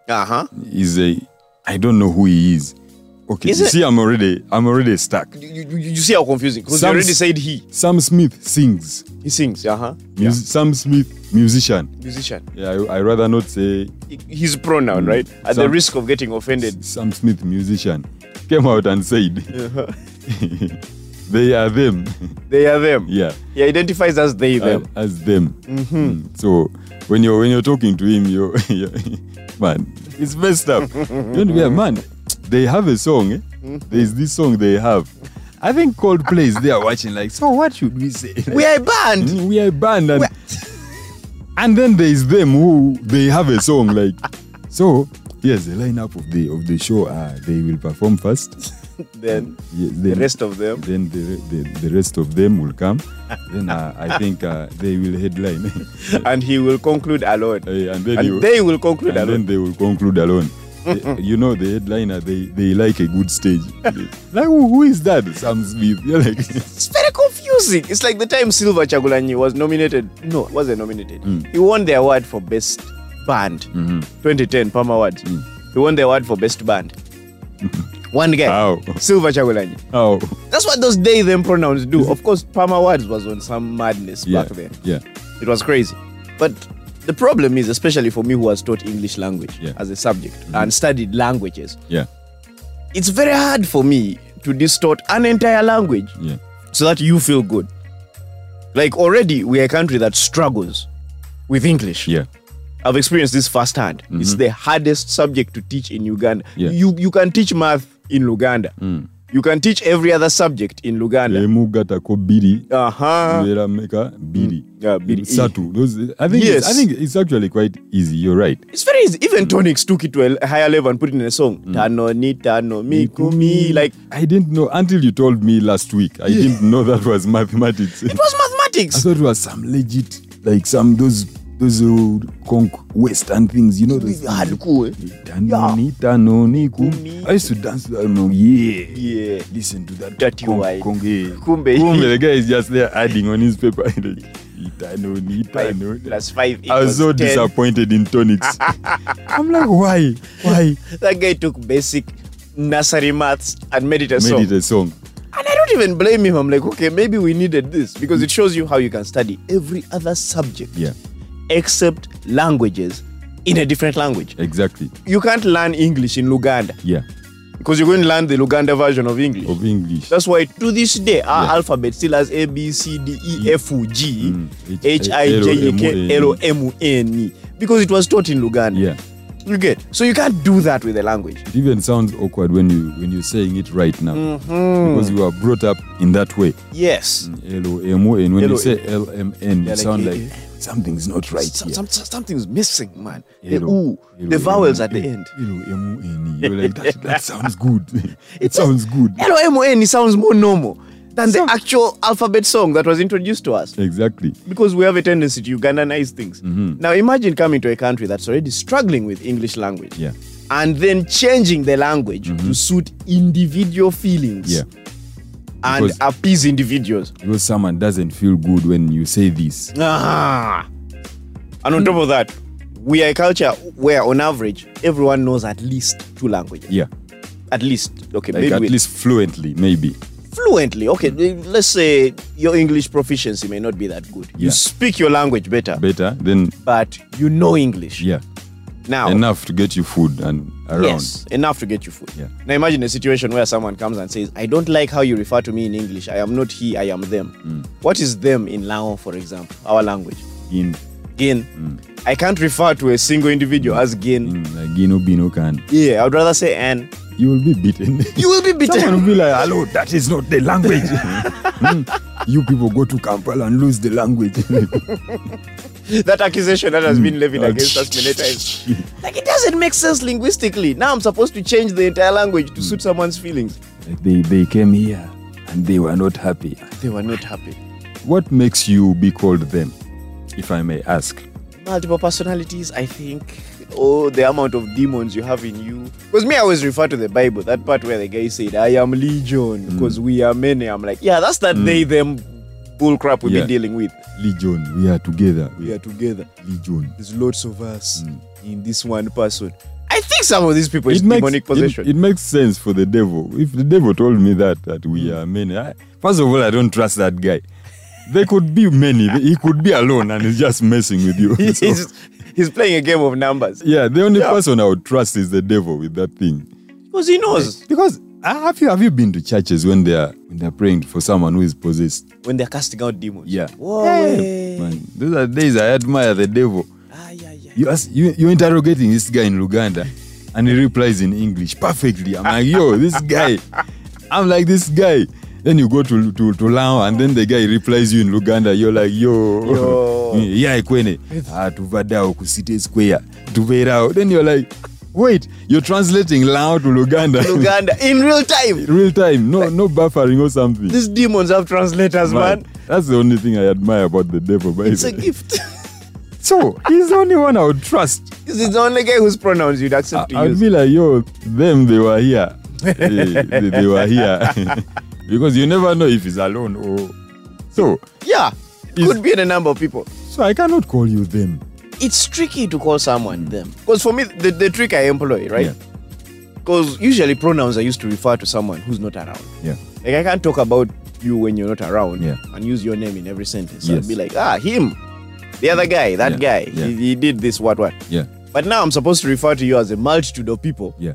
Speaker 3: Uh huh.
Speaker 4: is a, I don't know who he is. Okay,
Speaker 3: Is
Speaker 4: you
Speaker 3: it-
Speaker 4: see, I'm already, I'm already stuck.
Speaker 3: You, you, you see how confusing? Because you
Speaker 4: Some-
Speaker 3: already said he.
Speaker 4: Sam Smith sings.
Speaker 3: He sings, uh huh.
Speaker 4: Mus- Sam Smith, musician.
Speaker 3: Musician.
Speaker 4: Yeah, I, I rather not say
Speaker 3: His pronoun, right? At the
Speaker 4: Some-
Speaker 3: risk of getting offended.
Speaker 4: Sam Smith musician came out and said
Speaker 3: Uh-huh.
Speaker 4: they are them.
Speaker 3: They are them.
Speaker 4: yeah,
Speaker 3: He identifies as they,
Speaker 4: a-
Speaker 3: them. Mm-hmm.
Speaker 4: as them. Mm, So when you're when you're talking to him, you you- man, it's messed up. Don't be a man. They have a song. eh?
Speaker 3: Mm-hmm.
Speaker 4: There's this song they have. I think Coldplay is there watching. Like, so what should we say?
Speaker 3: We are a band.
Speaker 4: Mm, we are banned and, and then there is them who they have a song like so yes the lineup of the of the show are they will perform first
Speaker 3: Then
Speaker 4: yes,
Speaker 3: the
Speaker 4: then-
Speaker 3: rest of them.
Speaker 4: then the, re- the, the rest of them will come then uh, i think uh, they will headline
Speaker 3: And he will conclude alone.
Speaker 4: Eh, and then, you,
Speaker 3: And they will conclude
Speaker 4: and
Speaker 3: alone.
Speaker 4: then they will conclude alone Eh, you know the headliner they they like a good stage like who, who is that sam smith you're like
Speaker 3: It's very confusing. It's like the time Silva Chagulanyi was nominated. No, wasn't nominated.
Speaker 4: Mm.
Speaker 3: He won the award for best band,
Speaker 4: Mm-hmm.
Speaker 3: 2010 Palm Awards.
Speaker 4: Mm.
Speaker 3: He won the award for best band. One guy,
Speaker 4: Wow.
Speaker 3: Silva Chagulanyi.
Speaker 4: oh
Speaker 3: That's what those they them pronouns do. Of course, Palm Awards was on some madness
Speaker 4: yeah
Speaker 3: back then.
Speaker 4: yeah
Speaker 3: It was crazy. But the problem is, especially for me who was taught English language
Speaker 4: Yeah. Mm-hmm.
Speaker 3: as a subject and studied languages,
Speaker 4: yeah
Speaker 3: it's very hard for me to distort an entire language
Speaker 4: yeah
Speaker 3: so that you feel good. Like already, we are a country that struggles with English.
Speaker 4: yeah Mm-hmm.
Speaker 3: I've experienced this firsthand. It's the hardest subject to teach in Uganda.
Speaker 4: Yeah. Mm.
Speaker 3: You you can teach math in Luganda. You can teach every other subject in Luganda.
Speaker 4: emugatako Eh, biri
Speaker 3: Uh huh.
Speaker 4: Vera Meka, Biri.
Speaker 3: Mm. Yeah, Biri. E.
Speaker 4: Satu. Those, I think
Speaker 3: Yes.
Speaker 4: it's, I think it's actually quite easy. You're right.
Speaker 3: It's very easy. Even tonics took it to a higher level and put it in a song.
Speaker 4: Mm.
Speaker 3: Tano ni tano mikumi. Like
Speaker 4: I didn't know until you told me last week. I didn't know that was mathematics.
Speaker 3: it was
Speaker 4: I
Speaker 3: mathematics.
Speaker 4: thought it was some legit, like some those those old conk western things. You know those. things.
Speaker 3: Hardcore.
Speaker 4: Tano ni, tano ni, kumi. I used to dance. to that, you know, yeah.
Speaker 3: Yeah.
Speaker 4: Listen to that.
Speaker 3: Dirty
Speaker 4: conk,
Speaker 3: wine.
Speaker 4: conk, eh.
Speaker 3: Kumbe.
Speaker 4: Kumbe, the guy is just there adding on his paper. like, itano ni,
Speaker 3: Five
Speaker 4: itano ni.
Speaker 3: plus five
Speaker 4: I
Speaker 3: equals
Speaker 4: was so
Speaker 3: ten.
Speaker 4: disappointed in tonics. I'm like, why? Why?
Speaker 3: That guy took basic nursery maths and made it a
Speaker 4: Made
Speaker 3: song.
Speaker 4: it a song.
Speaker 3: And I don't even blame him. I'm like, okay, maybe we needed this because it shows you how you can study every other subject
Speaker 4: Yeah,
Speaker 3: except languages in a different language.
Speaker 4: exactly.
Speaker 3: You can't learn English in Luganda
Speaker 4: Yeah,
Speaker 3: because you're going to learn the Luganda version of English.
Speaker 4: of English.
Speaker 3: That's why to this day our alphabet still has A B C D E F U G
Speaker 4: Mm.
Speaker 3: H I J E K L O M U N E because it was taught in Luganda.
Speaker 4: Yeah,
Speaker 3: You get so you can't do that with a language.
Speaker 4: it even sounds awkward when you when you're saying it right now
Speaker 3: Mm-hmm.
Speaker 4: because you are brought up in that way.
Speaker 3: Yes.
Speaker 4: L O M O N. When you say L M N,
Speaker 3: Yeah,
Speaker 4: you
Speaker 3: like,
Speaker 4: sound
Speaker 3: eh,
Speaker 4: like
Speaker 3: eh.
Speaker 4: it something's not right
Speaker 3: Some-
Speaker 4: here.
Speaker 3: some- something's missing, man. The
Speaker 4: Ero,
Speaker 3: ooh,
Speaker 4: ero,
Speaker 3: the vowels
Speaker 4: emu,
Speaker 3: at the
Speaker 4: e-
Speaker 3: end.
Speaker 4: ero, emu, eni. You're like, that, that sounds good. it sounds good.
Speaker 3: L-O-M-O-N it sounds more normal than the actual alphabet song that was introduced to us.
Speaker 4: Exactly.
Speaker 3: Because we have a tendency to Ugandanize things.
Speaker 4: Mm-hmm.
Speaker 3: Now imagine coming to a country that's already struggling with English language.
Speaker 4: Yeah. Mm-hmm.
Speaker 3: And then changing the language to suit individual feelings
Speaker 4: Yeah.
Speaker 3: and
Speaker 4: because-
Speaker 3: appease individuals.
Speaker 4: Because someone doesn't feel good when you say this.
Speaker 3: Ah. And on top of that, we are a culture where, on average, everyone knows at least two languages.
Speaker 4: Yeah.
Speaker 3: At least, okay,
Speaker 4: Like
Speaker 3: maybe
Speaker 4: at
Speaker 3: with-
Speaker 4: least fluently, maybe.
Speaker 3: fluently. Okay, let's say your English proficiency may not be that good. You
Speaker 4: Yeah.
Speaker 3: speak your language better,
Speaker 4: Better than,
Speaker 3: but you know English.
Speaker 4: yeah.
Speaker 3: Now,
Speaker 4: Enough to get you food and around.
Speaker 3: Yes, enough to get you food.
Speaker 4: Yeah.
Speaker 3: Now imagine a situation where someone comes and says, I don't like how you refer to me in English. I am not he, I am them.
Speaker 4: Mm.
Speaker 3: What is them in Lao, for example, our language?
Speaker 4: In,
Speaker 3: Gin.
Speaker 4: Mm.
Speaker 3: I can't refer to a single individual as gin.
Speaker 4: in mm, like, Gino Bino can.
Speaker 3: Yeah, I would rather say an.
Speaker 4: You will be beaten.
Speaker 3: You will be
Speaker 4: Someone
Speaker 3: beaten.
Speaker 4: will be like, hello, that is not the language. Mm. you people go to Kampala and lose the language.
Speaker 3: that accusation that has been levied against us many times. Like it doesn't make sense linguistically. Now I'm supposed to change the entire language to suit someone's feelings.
Speaker 4: Like they, they came here and they were not happy.
Speaker 3: They were not happy.
Speaker 4: What makes you be called them, if I may ask?
Speaker 3: Multiple personalities, I think. Oh, the amount of demons you have in you. Because me, I always refer to the Bible, that part where the guy said, I am legion,
Speaker 4: Mm.
Speaker 3: because we are many. I'm like, yeah, that's that they, them bull crap we've
Speaker 4: Yeah.
Speaker 3: been dealing with.
Speaker 4: Legion, we are together.
Speaker 3: We are together.
Speaker 4: legion.
Speaker 3: There's lots of us in this one person. I think some of these people is demonic
Speaker 4: Mm. it,
Speaker 3: possession.
Speaker 4: it makes sense for the devil. If the devil told me that that we are many, I, first of all, I don't trust that guy. They could be many. He could be alone and he's just messing with you.
Speaker 3: He's-
Speaker 4: So-
Speaker 3: he's, he's playing a game of numbers
Speaker 4: yeah, the only person I would trust is the devil with that thing.
Speaker 3: because he knows
Speaker 4: Because uh, have you have you been to churches when they are when they are praying for someone who is possessed?
Speaker 3: when they're casting out demons.
Speaker 4: Yeah.
Speaker 3: Whoa. eh.
Speaker 4: Man, those are days I admire the devil.
Speaker 3: Ah, yeah, yeah.
Speaker 4: You ask, you you're interrogating this guy in Luganda, and he replies in English perfectly. I'm like, yo, this guy. I'm like this guy. Then you go to to, to Lao, and then the guy replies you in Luganda. You're like, yo,
Speaker 3: Yo.
Speaker 4: yeah, kwene, ah, tuvadao kusite square, tuverao. Then you're like, wait, you're translating Lao to Luganda,
Speaker 3: Uganda in real time.
Speaker 4: real time. No, no buffering or something.
Speaker 3: These demons have translators, man.
Speaker 4: that's the only thing I admire about the devil. By
Speaker 3: It's
Speaker 4: the
Speaker 3: a
Speaker 4: way.
Speaker 3: gift.
Speaker 4: So he's the only one I would trust.
Speaker 3: He's the only guy whose pronouns you'd accept to
Speaker 4: I'd
Speaker 3: use.
Speaker 4: be like, yo, them they were here. Eh, they, they were here. because you never know if he's alone or so.
Speaker 3: yeah.
Speaker 4: Is-
Speaker 3: Could be in a number of people.
Speaker 4: So I cannot call you them.
Speaker 3: It's tricky to call
Speaker 4: Mm.
Speaker 3: someone them. Because for me, the, the trick I employ, right?
Speaker 4: Yeah.
Speaker 3: Because usually pronouns are used to refer to someone who's not around.
Speaker 4: Yeah.
Speaker 3: Like I can't talk about you when you're not around
Speaker 4: Yeah.
Speaker 3: and use your name in every sentence. So
Speaker 4: Yes.
Speaker 3: I'd be like, ah, him, the other guy, that
Speaker 4: Yeah,
Speaker 3: guy,
Speaker 4: yeah.
Speaker 3: He, he did this, what, what.
Speaker 4: Yeah.
Speaker 3: But now I'm supposed to refer to you as a multitude of people,
Speaker 4: Yeah.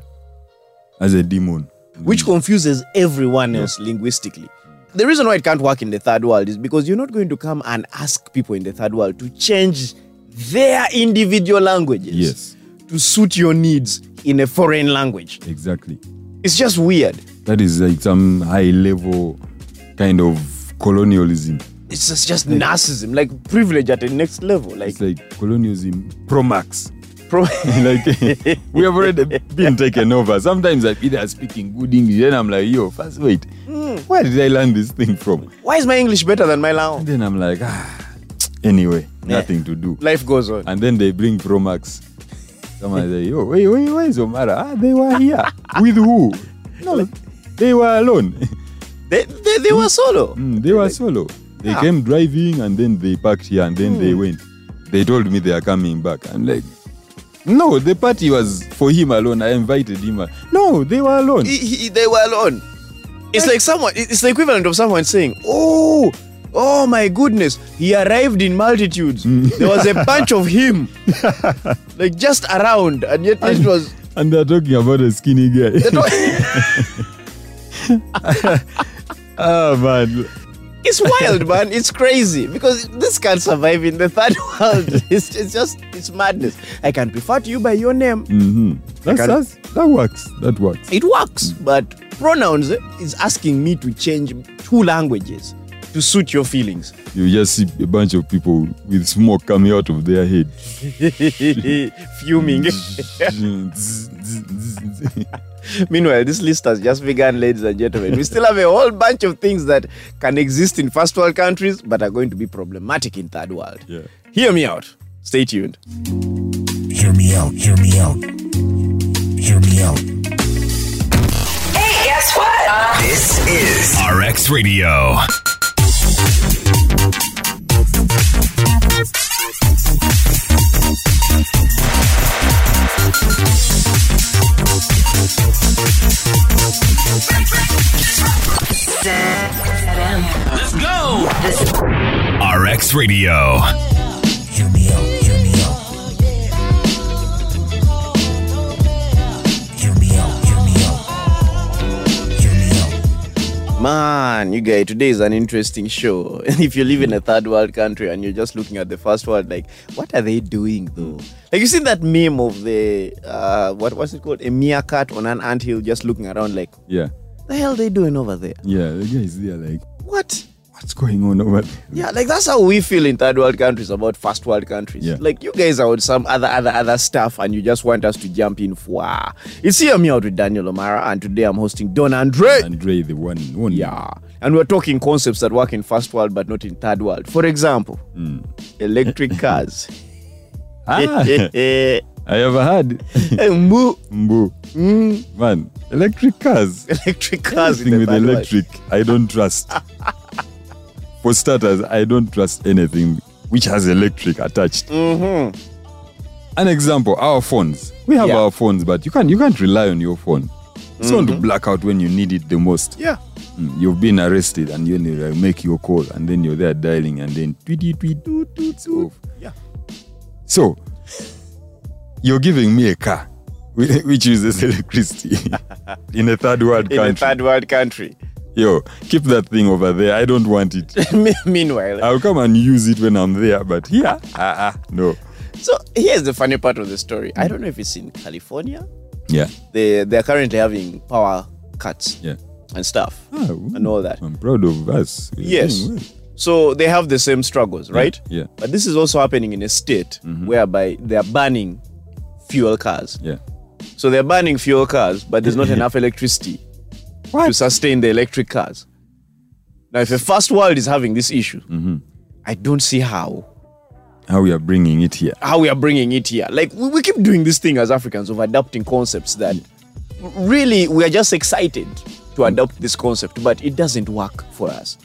Speaker 4: As a demon.
Speaker 3: which confuses everyone else linguistically. The reason why it can't work in the third world is because you're not going to come and ask people in the third world to change their individual languages
Speaker 4: Yes.
Speaker 3: to suit your needs in a foreign language.
Speaker 4: Exactly.
Speaker 3: It's just weird.
Speaker 4: That is like some high level kind of colonialism.
Speaker 3: It's just, just narcissism, like privilege at the next level. Like,
Speaker 4: It's like colonialism pro max.
Speaker 3: pro-
Speaker 4: like we have already been taken over. Sometimes I either speaking good English, then I'm like, yo, first wait, where did I learn this thing from?
Speaker 3: Why is my English better than my Lao?
Speaker 4: And then I'm like, ah, anyway,
Speaker 3: Yeah.
Speaker 4: nothing to do.
Speaker 3: Life goes on.
Speaker 4: And then they bring Promax. Someone say, yo, wait, wait, where is Omara? Ah, they were here with who? No, they were alone.
Speaker 3: They, they, they were solo.
Speaker 4: Mm, they were solo. They
Speaker 3: Yeah.
Speaker 4: came driving and then they parked here and then they went. They told me they are coming back. I'm like, no, the party was for him alone. I invited him. a- No, they were alone.
Speaker 3: He- he- they were alone. It's like someone. It's the equivalent of someone saying, "Oh, oh my goodness, he arrived in multitudes. There was a bunch of him, like just around, and yet it was."
Speaker 4: And they're talking about a skinny guy. ah, man.
Speaker 3: It's wild, man. It's crazy because this can't survive in the third world. It's, it's just, it's madness. I can refer to you by your name.
Speaker 4: hmm That's,
Speaker 3: can't-
Speaker 4: that's, that works. That works.
Speaker 3: It works, but pronouns eh, is asking me to change two languages to suit your feelings.
Speaker 4: You just see a bunch of people with smoke coming out of their head.
Speaker 3: Fuming. Meanwhile, this list has just begun, ladies and gentlemen. We still have a whole bunch of things that can exist in first world countries but are going to be problematic in third world.
Speaker 4: Yeah.
Speaker 3: Hear me out. Stay tuned.
Speaker 2: Hear me out, hear me out. Hear me out.
Speaker 5: Hey, guess what?
Speaker 6: This is
Speaker 1: RX Radio. RX Radio.
Speaker 2: Hear me out, hear me out. Hear me out, hear me out. Hear me out.
Speaker 3: Man, you guys, today is an interesting show. And if you live in a third world country and you're just looking at the first world, like, what are they doing though? Like, you see that meme of the, uh, what was it called? A meerkat on an anthill just looking around, like,
Speaker 4: yeah.
Speaker 3: the hell they doing over there?
Speaker 4: Yeah. The guys there like,
Speaker 3: What?
Speaker 4: what's going on over there?
Speaker 3: Yeah, like that's how we feel in third world countries about first world countries.
Speaker 4: Yeah.
Speaker 3: Like you guys are on some other other other stuff and you just want us to jump in for ah. it's here me out with Daniel O'Mara and today I'm hosting Don Andre.
Speaker 4: Andre, the one and only.
Speaker 3: Yeah. And we're talking concepts that work in first world but not in third world. For example, electric cars.
Speaker 4: Hmm. Ah,
Speaker 3: Eh,
Speaker 4: I ever had.
Speaker 3: moo.
Speaker 4: Mbu. Man, electric cars.
Speaker 3: electric Mm. cars in
Speaker 4: Anything
Speaker 3: the
Speaker 4: with
Speaker 3: third world.
Speaker 4: electric, I don't trust. For starters, I don't trust anything which has electric attached. An example: our phones. We have
Speaker 3: Mm-hmm. Yeah.
Speaker 4: our phones, but you can't you can't rely on your phone. It's going to
Speaker 3: Mm-hmm.
Speaker 4: black out when you need it the most.
Speaker 3: Yeah.
Speaker 4: Mm, You've been arrested, and you need to make your call, and then you're there dialing, and then tweety tweet toot toot it's off.
Speaker 3: Yeah.
Speaker 4: So you're giving me a car whi- which uses electricity in a third world
Speaker 3: In
Speaker 4: country.
Speaker 3: a third world country.
Speaker 4: Yo, keep that thing over there. I don't want it.
Speaker 3: Me- Meanwhile,
Speaker 4: I'll come and use it when I'm there, but here,
Speaker 3: Uh-uh.
Speaker 4: ah, ah, no.
Speaker 3: so here's the funny part of the story. I don't know if it's in California
Speaker 4: Yeah,
Speaker 3: they they're currently having power cuts
Speaker 4: yeah.
Speaker 3: and stuff
Speaker 4: Ah, ooh,
Speaker 3: and all that.
Speaker 4: I'm proud of us. We're
Speaker 3: Yes.
Speaker 4: doing well.
Speaker 3: So they have the same struggles, right?
Speaker 4: yeah. Mm-hmm.
Speaker 3: But this is also happening in a state whereby they're banning fuel cars.
Speaker 4: Yeah.
Speaker 3: So they're banning fuel cars, but there's not enough electricity to sustain the electric cars. Now, if a first world is having this issue,
Speaker 4: Mm-hmm.
Speaker 3: I don't see how
Speaker 4: How we are bringing it here.
Speaker 3: how we are bringing it here. Like we, we keep doing this thing as Africans of adapting concepts that really we are just excited
Speaker 4: Mm.
Speaker 3: to adopt this concept, but it doesn't work for us.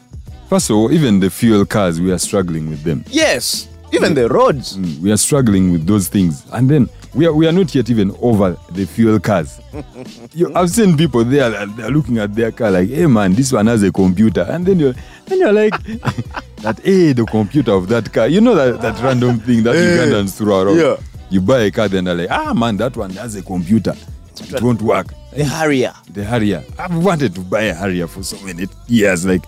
Speaker 4: First of all, even the fuel cars, we are struggling with them.
Speaker 3: Yes, even the roads.
Speaker 4: Mm, We are struggling with those things. And then we are, we are not yet even over the fuel cars. you, I've seen people there that they're looking at their car like, hey man, this one has a computer. And then you're, and you're like, that, hey, the computer of that car. You know that, that random thing that Ugandans throw around.
Speaker 3: yeah.
Speaker 4: You buy a car, then they're like, ah man, that one has a computer. It won't work.
Speaker 3: The Harrier.
Speaker 4: The Harrier. I've wanted to buy a Harrier for so many years. Like,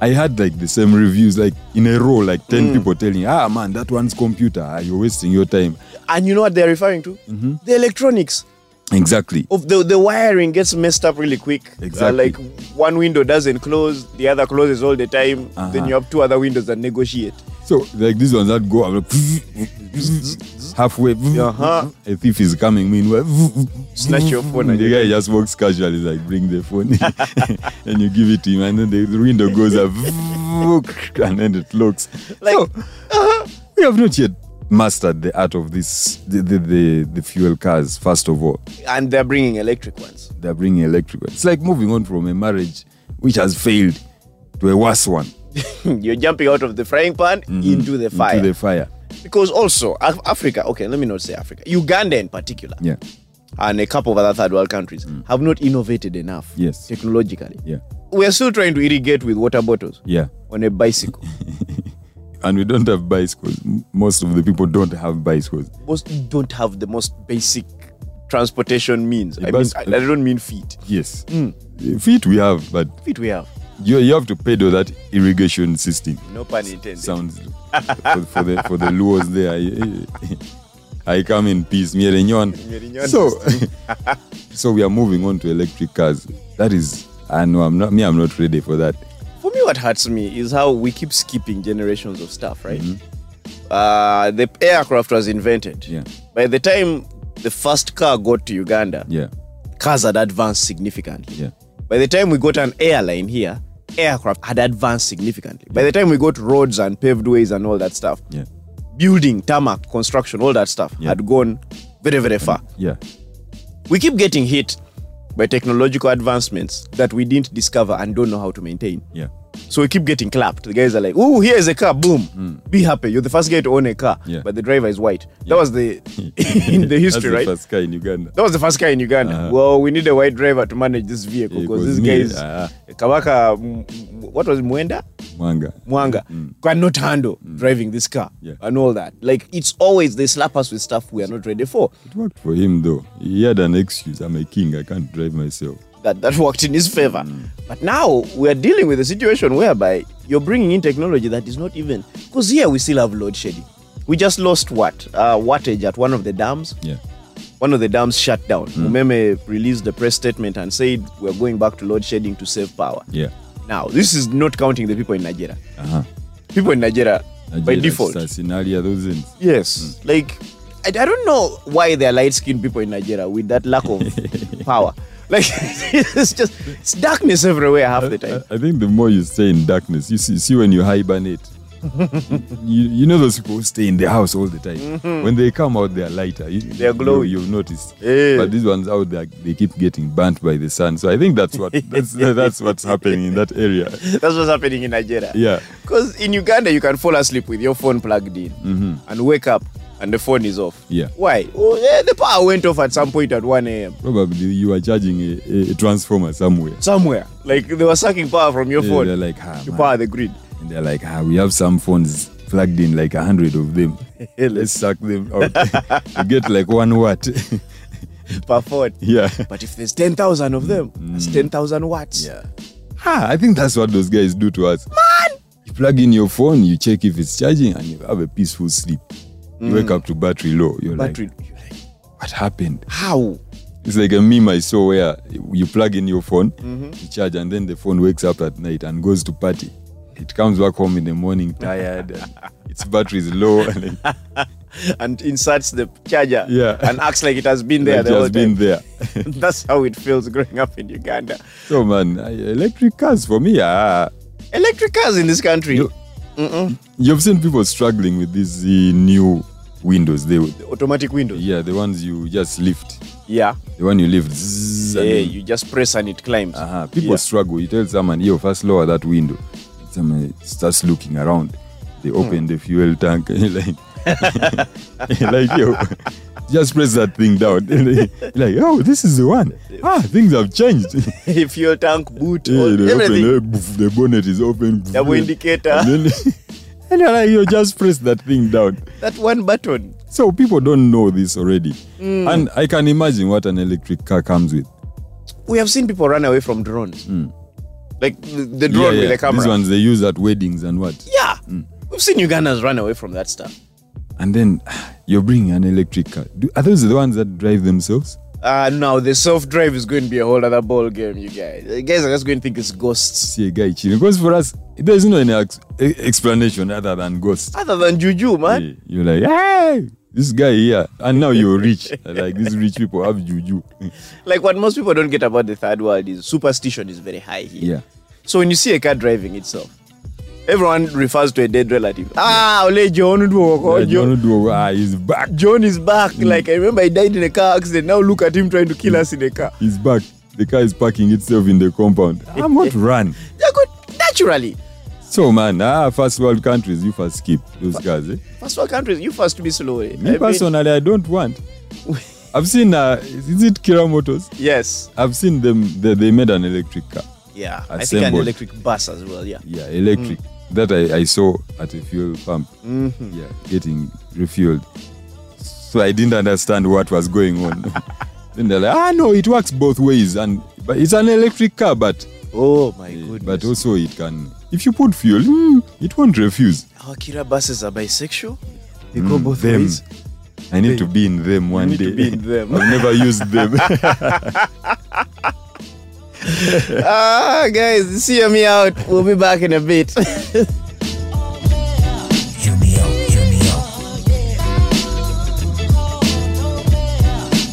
Speaker 4: I had like the same reviews, like in a row, like 10 people telling, ah, man, that one's computer. Ah, you're wasting your time.
Speaker 3: And you know what they're referring to?
Speaker 4: Mm-hmm.
Speaker 3: The electronics
Speaker 4: Exactly.
Speaker 3: of the, the wiring gets messed up really quick. Uh,
Speaker 4: Exactly.
Speaker 3: like one window doesn't close, the other closes all the time.
Speaker 4: Uh-huh.
Speaker 3: Then you have two other windows that negotiate.
Speaker 4: So, like these ones that go up, halfway,
Speaker 3: Uh-huh.
Speaker 4: a thief is coming, meanwhile,
Speaker 3: Snatch your phone and
Speaker 4: the
Speaker 3: you-
Speaker 4: guy just walks casually, like, bring the phone, and you give it to him, and then the window goes up, and then it locks.
Speaker 3: Like,
Speaker 4: so, uh-huh, we have not yet mastered the art of this, the, the, the, the fuel cars, first of all.
Speaker 3: and they're bringing electric ones.
Speaker 4: They're bringing electric. It's like moving on from a marriage which has failed to a worse one,
Speaker 3: You're jumping out of the frying pan into the fire.
Speaker 4: Mm-hmm. into the fire.
Speaker 3: because also Af- Africa, okay, let me not say Africa, Uganda in particular,
Speaker 4: Yeah,
Speaker 3: and a couple of other third world countries have not innovated enough
Speaker 4: Mm. Yes.
Speaker 3: technologically.
Speaker 4: yeah,
Speaker 3: We are still trying to irrigate with water bottles
Speaker 4: yeah.
Speaker 3: on a bicycle.
Speaker 4: and we don't have bicycles. M- Most of the people don't have bicycles.
Speaker 3: Most don't have the most basic transportation means. I, mean,
Speaker 4: bus-
Speaker 3: I, I don't mean feet.
Speaker 4: Yes, Uh,
Speaker 3: Mm.
Speaker 4: feet we have, but
Speaker 3: Feet we have.
Speaker 4: you you have to pedal that irrigation system.
Speaker 3: No pun intended.
Speaker 4: Sounds for, for the for the lures there. I, I come in peace, Mierenyon.
Speaker 3: Mierenyon
Speaker 4: So, so we are moving on to electric cars. That is, I know I'm not me. I'm not ready for that.
Speaker 3: For me, what hurts me is how we keep skipping generations of stuff, right? Uh, the aircraft was invented.
Speaker 4: Mm-hmm. Yeah.
Speaker 3: By the time the first car got to Uganda,
Speaker 4: Yeah.
Speaker 3: cars had advanced significantly.
Speaker 4: Yeah.
Speaker 3: By the time we got an airline here, aircraft had advanced significantly. By the time we got roads and paved ways and all that stuff,
Speaker 4: Yeah.
Speaker 3: building, tarmac, construction, all that stuff
Speaker 4: Yeah.
Speaker 3: had gone very, very far.
Speaker 4: Yeah.
Speaker 3: We keep getting hit by technological advancements that we didn't discover and don't know how to maintain.
Speaker 4: Yeah.
Speaker 3: So we keep getting clapped. The guys are like, "Ooh, here is a car! Boom! Be happy! You're the first guy to own a car."
Speaker 4: Hmm. Yeah.
Speaker 3: But the driver is white. That was the in the
Speaker 4: That's
Speaker 3: history,
Speaker 4: the
Speaker 3: right?
Speaker 4: first guy in Uganda.
Speaker 3: That was the first car in Uganda. Well, we need a white driver to manage this vehicle
Speaker 4: Yeah,
Speaker 3: because
Speaker 4: 'cause
Speaker 3: this
Speaker 4: me,
Speaker 3: guy is
Speaker 4: uh,
Speaker 3: Kabaka. M- m- what was it, Mwenda?
Speaker 4: Mwanga.
Speaker 3: Mwanga cannot handle driving this car
Speaker 4: Hmm. Yeah.
Speaker 3: and all that. Like it's always they slap us with stuff we are not ready for.
Speaker 4: It worked for him though. He had an excuse. I'm a king. I can't drive myself.
Speaker 3: that, that worked in his favor. But now we're dealing with a situation whereby you're bringing in technology that is not even because here we still have load shedding. We just lost what uh, wattage at one of the dams.
Speaker 4: Yeah.
Speaker 3: One of the dams shut down. Umeme released the press statement and said we're going back to load shedding to save power.
Speaker 4: Yeah.
Speaker 3: Now this is not counting the people in Nigeria.
Speaker 4: Uh huh.
Speaker 3: People in Nigeria, by default,
Speaker 4: Scenario, those things.
Speaker 3: yes,
Speaker 4: Hmm.
Speaker 3: like I, I don't know why there are light-skinned people in Nigeria with that lack of power. Like it's just it's darkness everywhere half the time.
Speaker 4: I, I think the more you stay in darkness, you see, see when you hibernate. you, you know those people who stay in the house all the time. When they come out, they are lighter. You,
Speaker 3: Mm-hmm. They are glowing.
Speaker 4: You, have noticed.
Speaker 3: Eh.
Speaker 4: But these ones out there, they keep getting burnt by the sun. So I think that's what that's, that's what's happening in that area.
Speaker 3: That's what's happening in Nigeria.
Speaker 4: Yeah.
Speaker 3: Because in Uganda, you can fall asleep with your phone plugged in and wake up and the phone is off.
Speaker 4: Mm-hmm. Yeah.
Speaker 3: Why? Oh, eh, the power went off at some point at 1 a.m.
Speaker 4: Probably you are charging a, a, a transformer somewhere.
Speaker 3: Somewhere. Like they were sucking power from your
Speaker 4: Yeah,
Speaker 3: phone
Speaker 4: they're like, ah,
Speaker 3: to
Speaker 4: man.
Speaker 3: power the grid.
Speaker 4: And they're like, ah, we have some phones plugged in, like a hundred of them. Let's suck them out. you get like one watt.
Speaker 3: Per phone.
Speaker 4: yeah.
Speaker 3: But if there's 10,000 of them, that's
Speaker 4: Mm.
Speaker 3: 10,000 watts.
Speaker 4: Ah, I think that's what those guys do to us. Man! You plug in your phone, you check if it's charging, and you have a peaceful sleep. You wake up to battery low. You're
Speaker 3: Mm. Battery.
Speaker 4: like, what happened?
Speaker 3: How?
Speaker 4: It's like a meme I saw where you plug in your phone,
Speaker 3: Mm-hmm.
Speaker 4: you charge, and then the phone wakes up at night and goes to party. It comes back home in the morning
Speaker 3: Ah,
Speaker 4: tired. and its battery is low. And like,
Speaker 3: And inserts the charger
Speaker 4: Yeah.
Speaker 3: and acts like it has been there
Speaker 4: it
Speaker 3: the whole
Speaker 4: has been
Speaker 3: time.
Speaker 4: there.
Speaker 3: That's how it feels growing up in Uganda.
Speaker 4: So man, I- electric cars for me ah, are.
Speaker 3: Electric cars in this country,
Speaker 4: You- You've seen people struggling with these uh, new windows. They,
Speaker 3: automatic windows.
Speaker 4: yeah, the ones you just lift,
Speaker 3: Yeah.
Speaker 4: the one you lift. zzz, and
Speaker 3: Yeah,
Speaker 4: then-
Speaker 3: you just press and it climbs.
Speaker 4: uh-huh. People
Speaker 3: Yeah.
Speaker 4: struggle. You tell someone, "Yo, first lower that window." And Someone starts looking around.
Speaker 3: Hmm.
Speaker 4: They open the fuel tank and like, like yo, just press that thing down. like, oh, this is the one. Ah, things have changed.
Speaker 3: fuel tank, boot,
Speaker 4: Yeah,
Speaker 3: all,
Speaker 4: they
Speaker 3: everything.
Speaker 4: open, eh, boof, the bonnet is open. boof,
Speaker 3: Double
Speaker 4: eh,
Speaker 3: indicator.
Speaker 4: And, then, and you're like, you just press that thing down.
Speaker 3: That one button.
Speaker 4: So people don't know this already.
Speaker 3: Hmm.
Speaker 4: And I can imagine what an electric car comes with.
Speaker 3: We have seen people run away from drones.
Speaker 4: Hmm.
Speaker 3: Like the, the drone with the
Speaker 4: These
Speaker 3: camera.
Speaker 4: ones they use at weddings and what.
Speaker 3: Yeah.
Speaker 4: Hmm.
Speaker 3: We've seen Ugandans run away from that stuff.
Speaker 4: And then you're bringing an electric car. Do, are those the ones that drive themselves?
Speaker 3: Uh, now the self drive is going to be a whole other ball game, you guys. You guys are just going to think it's ghosts.
Speaker 4: See a guy chilling. Because for us, there's no any ex- e- explanation other than ghost.
Speaker 3: Other than juju, man.
Speaker 4: Yeah, You're like, hey, this guy here. And now you're rich. like these rich people have juju.
Speaker 3: Like what most people don't get about the third world is superstition is very high here.
Speaker 4: yeah.
Speaker 3: So when you see a car driving itself, everyone refers to a dead relative. Ah, ole John, Uduoko,
Speaker 4: Yeah,
Speaker 3: John
Speaker 4: Mm. John Doe, ah, he's back.
Speaker 3: John is back. Like I remember he died in a car accident. Now look at him trying to kill us in a car.
Speaker 4: He's back. The car is parking itself in the compound. I'm not run.
Speaker 3: They're good naturally.
Speaker 4: So man, ah, first world countries, you first skip those cars. Eh?
Speaker 3: First world countries, you first to be slow. eh? I
Speaker 4: Me
Speaker 3: mean,
Speaker 4: personally, I don't want. I've seen. Uh, is it Kira Motors?
Speaker 3: yes.
Speaker 4: I've seen them. They, they made an electric car.
Speaker 3: Yeah. I think an
Speaker 4: Assembled.
Speaker 3: electric bus as well. Yeah.
Speaker 4: Yeah, electric. That I, I saw at a fuel pump. Yeah, getting refueled. So I didn't understand what was going on. then they're like, ah no, it works both ways, and but it's an electric car, but
Speaker 3: Oh my
Speaker 4: Yeah,
Speaker 3: goodness.
Speaker 4: But also it can, if you put fuel, mm, it won't refuse.
Speaker 3: our Kira buses are bisexual. They go both
Speaker 4: Mm, them.
Speaker 3: ways.
Speaker 4: I need to be in them one
Speaker 3: need
Speaker 4: day.
Speaker 3: to be in them.
Speaker 4: I've never used them.
Speaker 3: ah, guys, see me out. We'll be back in a bit.
Speaker 2: Hear me out, hear me out.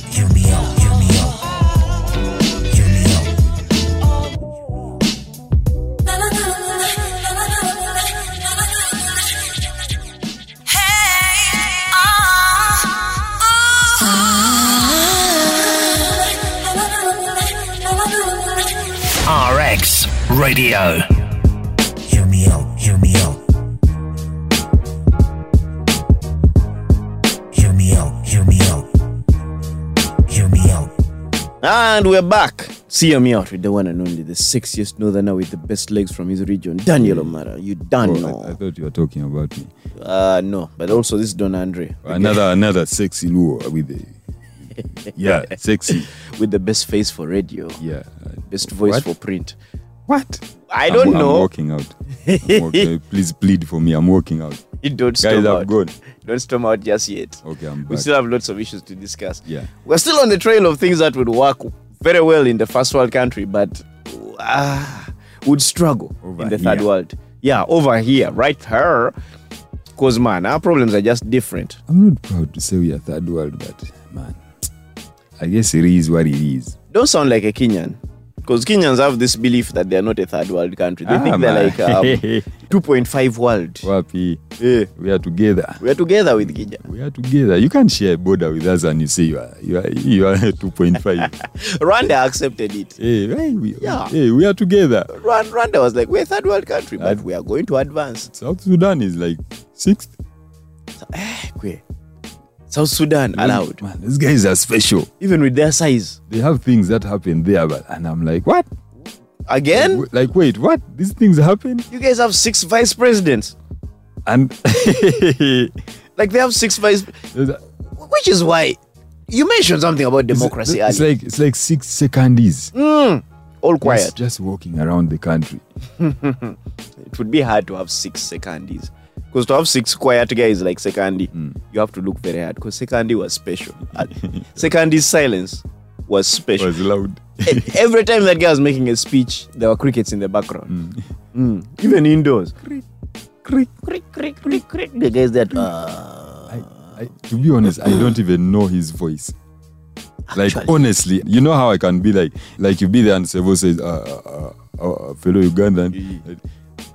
Speaker 2: Hear me out, hear me out. Hear me out.
Speaker 6: RX Radio.
Speaker 2: Hear me out, hear me out. Hear me out, hear me out. Hear me out.
Speaker 3: and we're back. See me out with the one and only, the sexiest northerner with the best legs from his region, Daniel O'Mara. You
Speaker 4: Oh,
Speaker 3: done
Speaker 4: I, I
Speaker 3: know.
Speaker 4: thought you were talking about me.
Speaker 3: Uh, no, but also this is Don Andre. the
Speaker 4: Another another sexy Luo with the yeah sexy
Speaker 3: guy With the best face for radio,
Speaker 4: yeah.
Speaker 3: best voice
Speaker 4: What?
Speaker 3: for print.
Speaker 4: What?
Speaker 3: I don't
Speaker 4: I'm, I'm
Speaker 3: know.
Speaker 4: walking out. I'm walking- Please plead for me. I'm walking out.
Speaker 3: You don't
Speaker 4: Guys,
Speaker 3: storm
Speaker 4: I'm
Speaker 3: out.
Speaker 4: good.
Speaker 3: Don't storm out just yet.
Speaker 4: Okay, I'm
Speaker 3: We
Speaker 4: back.
Speaker 3: still have lots of issues to discuss.
Speaker 4: Yeah.
Speaker 3: We're still on the trail of things that would work very well in the first world country, but uh, would struggle
Speaker 4: Over
Speaker 3: in the third
Speaker 4: here.
Speaker 3: world. Yeah, over here, right here. Because, man, our problems are just different.
Speaker 4: I'm not proud to say we are third world, but man, I guess it is what it is.
Speaker 3: Don't sound like a Kenyan. Because Kenyans have this belief that they are not a third world country. They
Speaker 4: Ah,
Speaker 3: think they're
Speaker 4: man.
Speaker 3: like um, 2.5 world.
Speaker 4: Wapi,
Speaker 3: Eh,
Speaker 4: we are together.
Speaker 3: We're together with Kenya.
Speaker 4: We are together. You can't share a border with us and you say you are you are, you are 2.5.
Speaker 3: Rwanda accepted it.
Speaker 4: hey, hey, we,
Speaker 3: Yeah.
Speaker 4: hey, we are together.
Speaker 3: Rwan- Rwanda was like, we're a third world country, but
Speaker 4: I-
Speaker 3: we are going to advance.
Speaker 4: South Sudan is like sixth.
Speaker 3: Kwe. South Sudan allowed.
Speaker 4: Man, these guys are special.
Speaker 3: Even with their size.
Speaker 4: They have things that happen there, but and I'm like, what?
Speaker 3: Again?
Speaker 4: W- Like, wait, what? These things happen?
Speaker 3: You guys have six vice presidents.
Speaker 4: And
Speaker 3: Like they have six vice,
Speaker 4: democracy.
Speaker 3: which is why you mentioned something about democracy
Speaker 4: It's, it's
Speaker 3: earlier.
Speaker 4: like it's like six secondies.
Speaker 3: All
Speaker 4: Just,
Speaker 3: quiet.
Speaker 4: just walking around the country.
Speaker 3: It would be hard to have six secondies. Because to have six quiet guys like Sekandi, you have to look very hard. Because Sekandi was special. Uh, Sekandi's silence was
Speaker 4: It
Speaker 3: special.
Speaker 4: was loud.
Speaker 3: And every time that guy was making a speech, there were crickets in the background. Mm. Even indoors. Crick, crick, crick, crick, crick, crick. The guys that. Uh,
Speaker 4: I, I, to be honest, I don't even know his voice. Like
Speaker 3: Actually.
Speaker 4: honestly, you know how I can be like, like you be there and Sevo says, uh, uh, uh, uh, fellow Ugandan.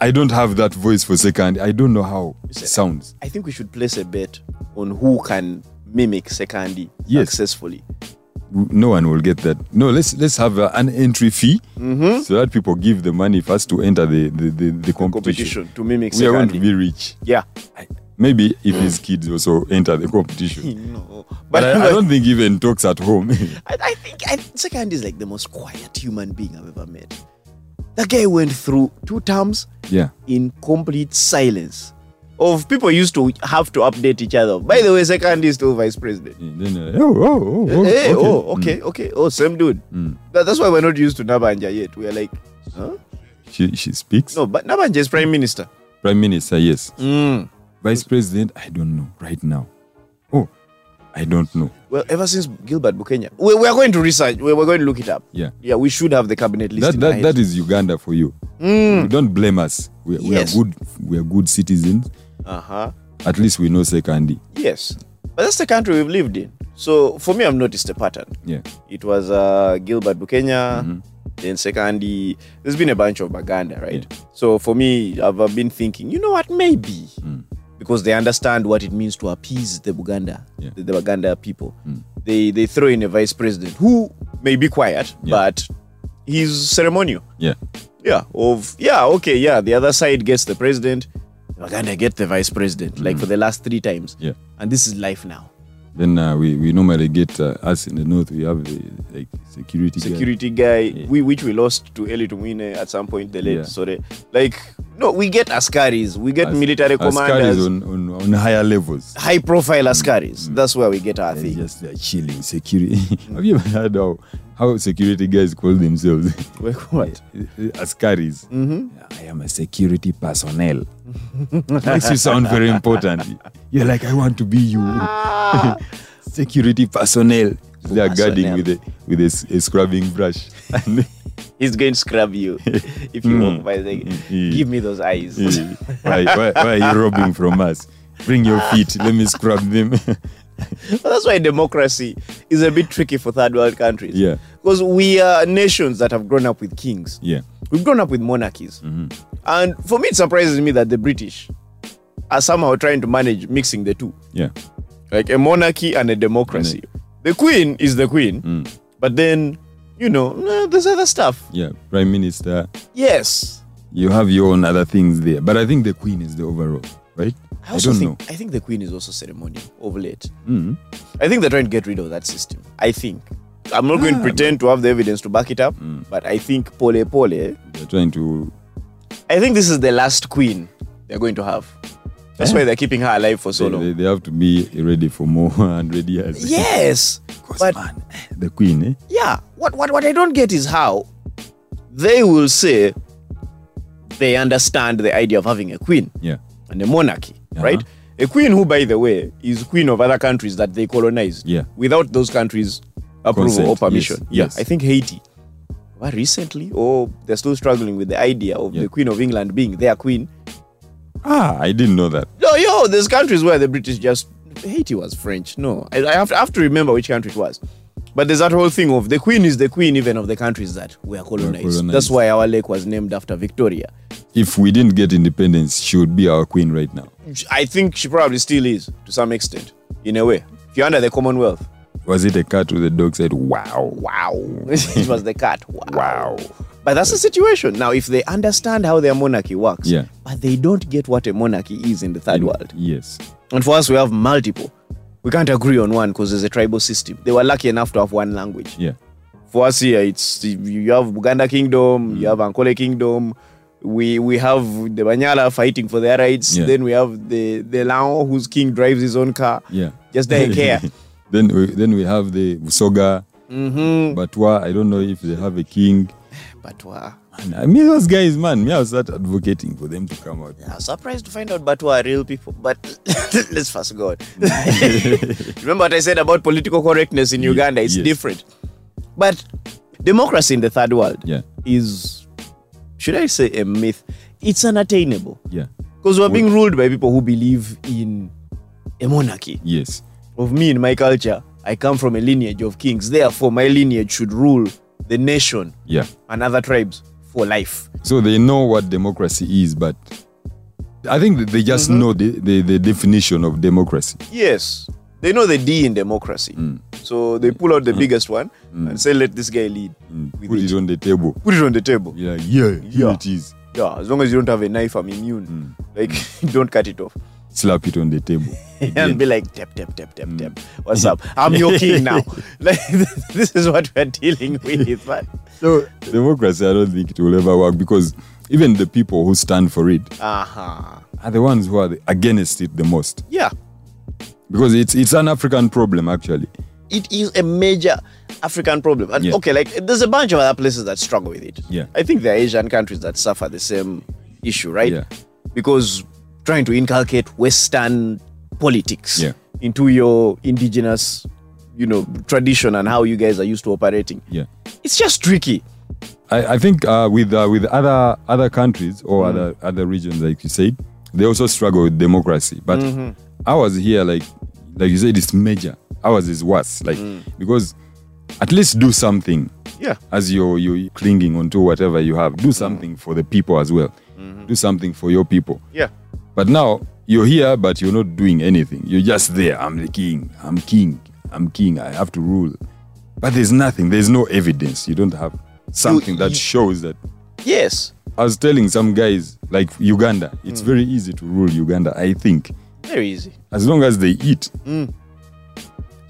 Speaker 4: I don't have that voice for second. I don't know how it sounds.
Speaker 3: I think we should place a bet on who can mimic Sekandi
Speaker 4: Yes.
Speaker 3: successfully.
Speaker 4: No one will get that. No, let's let's have uh, an entry fee
Speaker 3: Mm-hmm.
Speaker 4: so that people give the money first to enter the the, the, the
Speaker 3: Competition
Speaker 4: competition.
Speaker 3: to mimic
Speaker 4: We are going to
Speaker 3: Sekandi.
Speaker 4: be rich.
Speaker 3: yeah.
Speaker 4: Maybe if his kids also enter the competition.
Speaker 3: No. Mm.
Speaker 4: But
Speaker 3: But,
Speaker 4: I, I don't think he even talks at home.
Speaker 3: I, I think I, Sekandi is like the most quiet human being I've ever met. That guy went through two terms
Speaker 4: yeah.
Speaker 3: in complete silence. Of people used to have to update each other. By the way, Sekandi is still vice president.
Speaker 4: And then, uh, oh, oh, oh,
Speaker 3: hey,
Speaker 4: okay.
Speaker 3: Eh, oh,
Speaker 4: Mm.
Speaker 3: okay, okay. Oh, same dude. That- that's why we're not used to Nabanja yet. We're like, huh?
Speaker 4: Mm. She, she speaks.
Speaker 3: No, but Nabanja is prime minister.
Speaker 4: Prime Minister, yes.
Speaker 3: Mm.
Speaker 4: Vice President, I don't know right now. Oh, I don't know.
Speaker 3: Well, ever since Gilbert Bukenya, we, we are going to research. We, we're going to look it up.
Speaker 4: Yeah.
Speaker 3: Yeah, we should have the cabinet list.
Speaker 4: That,
Speaker 3: in our
Speaker 4: that,
Speaker 3: head.
Speaker 4: that is Uganda for you. You Don't blame us. We, we
Speaker 3: Mm. Yes.
Speaker 4: are good. We are good citizens.
Speaker 3: Uh huh.
Speaker 4: At least we know Sekandi.
Speaker 3: Yes, but that's the country we've lived in. So for me, I've noticed a pattern.
Speaker 4: Yeah.
Speaker 3: It was uh, Gilbert Bukenya,
Speaker 4: Mm-hmm.
Speaker 3: then secondly, there's been a bunch of Baganda, right? So for me, I've uh, been thinking, you know what, maybe
Speaker 4: Mm.
Speaker 3: because they understand what it means to appease the Buganda,
Speaker 4: Yeah. Mm.
Speaker 3: the, the Baganda people, they they throw in a vice president who may be quiet,
Speaker 4: Yeah.
Speaker 3: but he's ceremonial.
Speaker 4: Yeah.
Speaker 3: Yeah, of yeah, okay, yeah. The other side gets the president. Uganda get the vice president, like for the last three times.
Speaker 4: Yeah.
Speaker 3: And this is life now.
Speaker 4: Then uh, we, we normally get uh, us in the north. We have the like security. guy.
Speaker 3: Security guy,
Speaker 4: Yeah.
Speaker 3: we which we lost to Eli Tumwine at some point, the late
Speaker 4: Yeah.
Speaker 3: sorry. Like no, we get askaris, we get
Speaker 4: As-
Speaker 3: military
Speaker 4: Askaris
Speaker 3: commanders,
Speaker 4: on, on, on higher levels.
Speaker 3: high profile askaris.
Speaker 4: Mm.
Speaker 3: That's where we get our
Speaker 4: They're
Speaker 3: thing.
Speaker 4: just they're chilling. Security. have you ever heard how, how security guys call themselves?
Speaker 3: Wait, what?
Speaker 4: Askaris. I am a security personnel. Makes you sound very important. You're like, I want to be you. security personnel. they are
Speaker 3: Hustle
Speaker 4: guarding
Speaker 3: them.
Speaker 4: with a with a, s- a scrubbing brush. And
Speaker 3: He's going to scrub you if you walk by. The,
Speaker 4: Mm. yeah.
Speaker 3: Give me those eyes.
Speaker 4: eh, why, why, why are you robbing from us? Bring your feet. Let me scrub them.
Speaker 3: Well, that's why democracy is a bit tricky for third world countries.
Speaker 4: Yeah.
Speaker 3: Because we are nations that have grown up with kings.
Speaker 4: yeah.
Speaker 3: We've grown up with monarchies.
Speaker 4: Mm-hmm.
Speaker 3: And for me, it surprises me that the British are somehow trying to manage mixing the two
Speaker 4: Yeah.
Speaker 3: like a monarchy and a democracy.
Speaker 4: Mm-hmm.
Speaker 3: The queen is the queen,
Speaker 4: Mm.
Speaker 3: but then, you know, nah, there's other stuff.
Speaker 4: Yeah. Prime Minister,
Speaker 3: Yes.
Speaker 4: you have your own other things there. But I think the Queen is the overall, right? I,
Speaker 3: also
Speaker 4: don't
Speaker 3: think,
Speaker 4: know. Mm-hmm.
Speaker 3: I think the queen is also ceremonial of late. I think they're trying to get rid of that system. I think. I'm not
Speaker 4: Ah,
Speaker 3: going to pretend to have the evidence to back it up,
Speaker 4: Mm.
Speaker 3: but I think pole pole.
Speaker 4: They're trying to.
Speaker 3: I think this is the last queen they're going to have. That's why they're keeping her alive for so
Speaker 4: Eh? They,
Speaker 3: long.
Speaker 4: they, they have to be ready for more 100 years.
Speaker 3: yes.
Speaker 4: But,
Speaker 3: But
Speaker 4: man, the Queen, eh?
Speaker 3: yeah, what, what what I don't get is how they will say they understand the idea of having a queen
Speaker 4: Yeah.
Speaker 3: and a monarchy,
Speaker 4: Uh-huh.
Speaker 3: right? A queen who, by the way, is queen of other countries that they colonized
Speaker 4: Yeah.
Speaker 3: without those countries' approval or
Speaker 4: Consent,
Speaker 3: permission.
Speaker 4: yes,
Speaker 3: Yeah,
Speaker 4: yes.
Speaker 3: I think Haiti. Well, recently, or they're still struggling with the idea of
Speaker 4: Yeah.
Speaker 3: the Queen of England being their queen.
Speaker 4: Ah, I didn't know that.
Speaker 3: No, yo, there's countries where the British just Haiti was French. No, I, I, have to, I have to remember which country it was. But there's that whole thing of the queen is the queen even of the countries that were colonized.
Speaker 4: colonized.
Speaker 3: That's why our lake was named after Victoria.
Speaker 4: If we didn't get independence, she would be our Queen right now.
Speaker 3: I think she probably still is to some extent, in a way. If you're under the Commonwealth,
Speaker 4: Was it a cat with a dog said, wow?
Speaker 3: wow, it was the cat. Wow. But that's the situation. Now, if they understand how their monarchy works,
Speaker 4: Yeah.
Speaker 3: but they don't get what a monarchy is in the third world.
Speaker 4: Yes.
Speaker 3: And for us, we have multiple. We can't agree on one because there's a tribal system. They were lucky enough to have one language.
Speaker 4: Yeah.
Speaker 3: For us here, it's you have Buganda Kingdom, you have
Speaker 4: Mm.
Speaker 3: Ankole Kingdom. We we have the Banyala fighting for their rights.
Speaker 4: Yeah.
Speaker 3: Then we have the the Lao whose king drives his own car.
Speaker 4: Yeah.
Speaker 3: Just the heck care.
Speaker 4: then we then we have the Busoga, mm-hmm. Batwa. I don't know if they have a king.
Speaker 3: Batwa.
Speaker 4: Man, I mean those guys, man. Me, I was start advocating for them to come out.
Speaker 3: I was surprised to find out Batwa are real people. But let's first go on. Remember what I said about political correctness in Uganda? It's
Speaker 4: yes.
Speaker 3: different. But democracy in the third world
Speaker 4: Yeah.
Speaker 3: is, should I say, a myth? It's unattainable
Speaker 4: Yeah.
Speaker 3: because we're being ruled by people who believe in a monarchy.
Speaker 4: Yes.
Speaker 3: Of me in my culture, I come from a lineage of kings. Therefore, my lineage should rule the nation
Speaker 4: Yeah.
Speaker 3: and other tribes for life.
Speaker 4: So they know what democracy is, but I think that they
Speaker 3: Mm-hmm.
Speaker 4: just know the, the, the definition of democracy.
Speaker 3: Yes, they know the D in democracy.
Speaker 4: Mm.
Speaker 3: So they pull out the biggest one and say, let this guy lead. with
Speaker 4: Mm. Put it on the table.
Speaker 3: Put it on the table.
Speaker 4: Yeah. Yeah. Here
Speaker 3: Yeah.
Speaker 4: it is.
Speaker 3: Yeah, as long as you don't have a knife, I'm immune.
Speaker 4: Mm.
Speaker 3: Like, don't cut it off.
Speaker 4: Slap it on the table.
Speaker 3: and be like, tap, tap, tap, tap,
Speaker 4: Mm.
Speaker 3: tap. What's up? I'm your king now. like, this is what we're dealing with. But,
Speaker 4: So democracy, I don't think it will ever work because even the people who stand for it
Speaker 3: uh-huh.
Speaker 4: are the ones who are the, against it the most.
Speaker 3: Yeah,
Speaker 4: because it's it's an African problem actually.
Speaker 3: it is a major African problem. And
Speaker 4: Yeah.
Speaker 3: okay, like, there's a bunch of other places that struggle with it.
Speaker 4: Yeah.
Speaker 3: I think there are Asian countries that suffer the same issue, right?
Speaker 4: Yeah.
Speaker 3: because trying to inculcate Western politics
Speaker 4: Yeah.
Speaker 3: into your indigenous, you know, tradition and how you guys are used to operating,
Speaker 4: Yeah,
Speaker 3: it's just tricky.
Speaker 4: I, I think uh, with uh, with other other countries or other other regions, like you said, they also struggle with democracy. But ours here, like like you said, it's major. Ours is worse, like because at least do something
Speaker 3: Yeah,
Speaker 4: as you're you clinging onto whatever you have. Do something for the people as well. Do something for your people.
Speaker 3: yeah,
Speaker 4: But now you're here, but you're not doing anything. You're just there. I'm the king. I'm king. I'm king. I have to rule. But there's nothing. There's no evidence. You don't have something that
Speaker 3: you-
Speaker 4: shows that.
Speaker 3: yes,
Speaker 4: I was telling some guys, like Uganda, it's
Speaker 3: Mm.
Speaker 4: very easy to rule Uganda, I think,
Speaker 3: very easy.
Speaker 4: as long as they eat.
Speaker 3: Mm.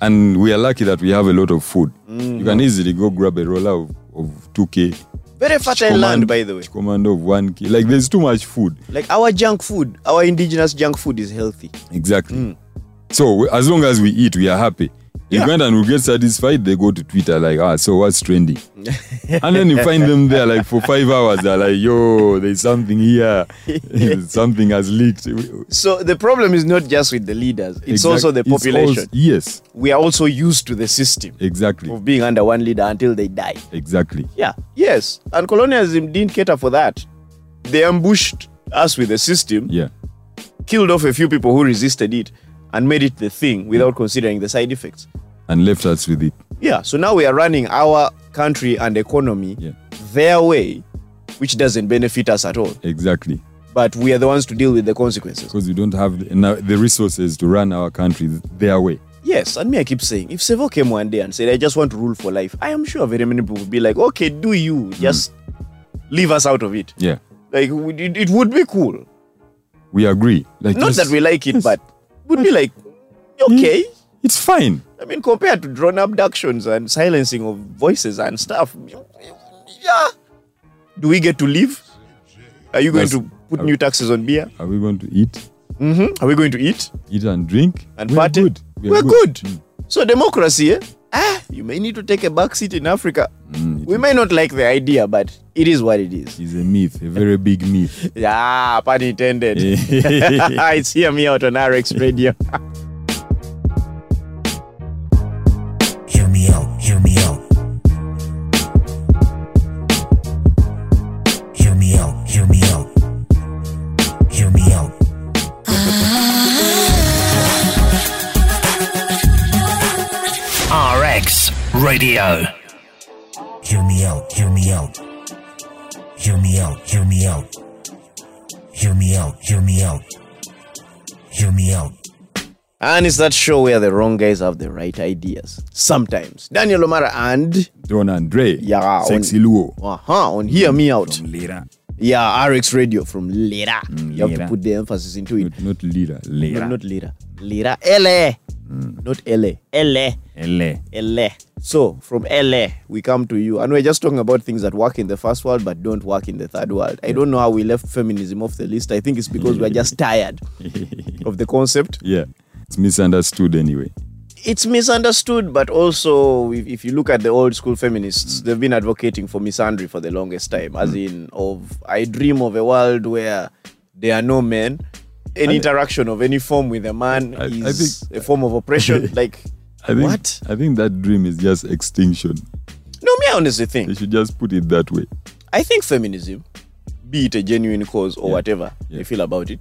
Speaker 4: And we are lucky that we have a lot of food.
Speaker 3: Mm.
Speaker 4: You can easily go grab a roller of, of 2K.
Speaker 3: Very fertile land, by the way.
Speaker 4: Commando of 1K. Like, there's too much food.
Speaker 3: Like our junk food, our indigenous junk food is healthy.
Speaker 4: Exactly. So we- as long as we eat, we are happy. Ugandan will get satisfied, they go to Twitter like, ah, so what's trending? and then you find them there like for five hours. They're like, yo, there's something here. something has leaked. It's
Speaker 3: So the problem is not just with the leaders; it's also the population.
Speaker 4: yes,
Speaker 3: we are also used to the system
Speaker 4: exactly.
Speaker 3: of being under one leader until they die.
Speaker 4: Exactly.
Speaker 3: Yeah, yes. And colonialism didn't cater for that. They ambushed us with a system,
Speaker 4: Yeah.
Speaker 3: killed off a few people who resisted it, and made it the thing without considering the side effects.
Speaker 4: And left us with it.
Speaker 3: Yeah, so now we are running our country and economy
Speaker 4: Yeah.
Speaker 3: their way, which doesn't benefit us at all.
Speaker 4: Exactly.
Speaker 3: But we are the ones to deal with the consequences.
Speaker 4: Because we don't have now the resources to run our country their way.
Speaker 3: Yes, and me, I keep saying, if Sevo came one day and said, I just want to rule for life, I am sure very many people would be like, okay, do you, just
Speaker 4: Mm.
Speaker 3: leave us out of it.
Speaker 4: Yeah.
Speaker 3: Like, would- it, it would be cool.
Speaker 4: We agree. Like
Speaker 3: Not
Speaker 4: it's-
Speaker 3: that we like it,
Speaker 4: yes.
Speaker 3: but would be like, okay.
Speaker 4: it's fine.
Speaker 3: I mean, compared to drone abductions and silencing of voices and stuff, yeah. Do we get to live? Are you going
Speaker 4: Yes.
Speaker 3: to put new taxes on beer?
Speaker 4: Are Uh, we going to eat?
Speaker 3: Are we going to eat
Speaker 4: Eat and drink?
Speaker 3: and
Speaker 4: We're
Speaker 3: party?
Speaker 4: good. Mm,
Speaker 3: We're, good. So democracy, eh? ah, you may need to take a back seat in Africa.
Speaker 4: Mm, it
Speaker 3: we may not like the idea, but it is what it is.
Speaker 4: is a myth, a very big myth.
Speaker 3: Yeah, pun intended. it's hear me out on RX Radio.
Speaker 2: Hear me out, hear me out. Hear me out, hear me out. Hear me out.
Speaker 6: RX Radio.
Speaker 2: Hear me out, hear me out. Hear me out, hear me out. Hear me out, hear me out. Hear me out.
Speaker 3: And it's that show where the wrong guys have the right ideas. Sometimes. Daniel Omara and
Speaker 4: Don Andre.
Speaker 3: Yeah,
Speaker 4: Sexy
Speaker 3: on-
Speaker 4: Luo.
Speaker 3: uh-huh, on Hear Me Out.
Speaker 4: From Lira.
Speaker 3: Yeah, RX Radio from Lira. you have to
Speaker 4: Lira.
Speaker 3: put the emphasis into it.
Speaker 4: Not, not Lira.
Speaker 3: No,
Speaker 4: Lira.
Speaker 3: not Lira. Lira. LA.
Speaker 4: Mm.
Speaker 3: Not LA. LA.
Speaker 4: LA.
Speaker 3: LA. So, from LA, we come to you. And we're just talking about things that work in the first world but don't work in the third world. I don't know how we left feminism off the list. I think it's because we're just tired of the concept.
Speaker 4: Yeah. It's misunderstood anyway.
Speaker 3: it's misunderstood, but also if, if you look at the old school feminists, they've been advocating for misandry for the longest time,
Speaker 4: Hmm.
Speaker 3: as in of I dream of a world where there are no men. Any interaction of any form with a man
Speaker 4: I- I
Speaker 3: is
Speaker 4: think-
Speaker 3: a form of oppression. like
Speaker 4: I think,
Speaker 3: what?
Speaker 4: I think that dream is just extinction.
Speaker 3: No, me I honestly
Speaker 4: They
Speaker 3: think.
Speaker 4: should just put it that way.
Speaker 3: I think feminism, be it a genuine cause or whatever
Speaker 4: Yeah. Hmm.
Speaker 3: you feel about it,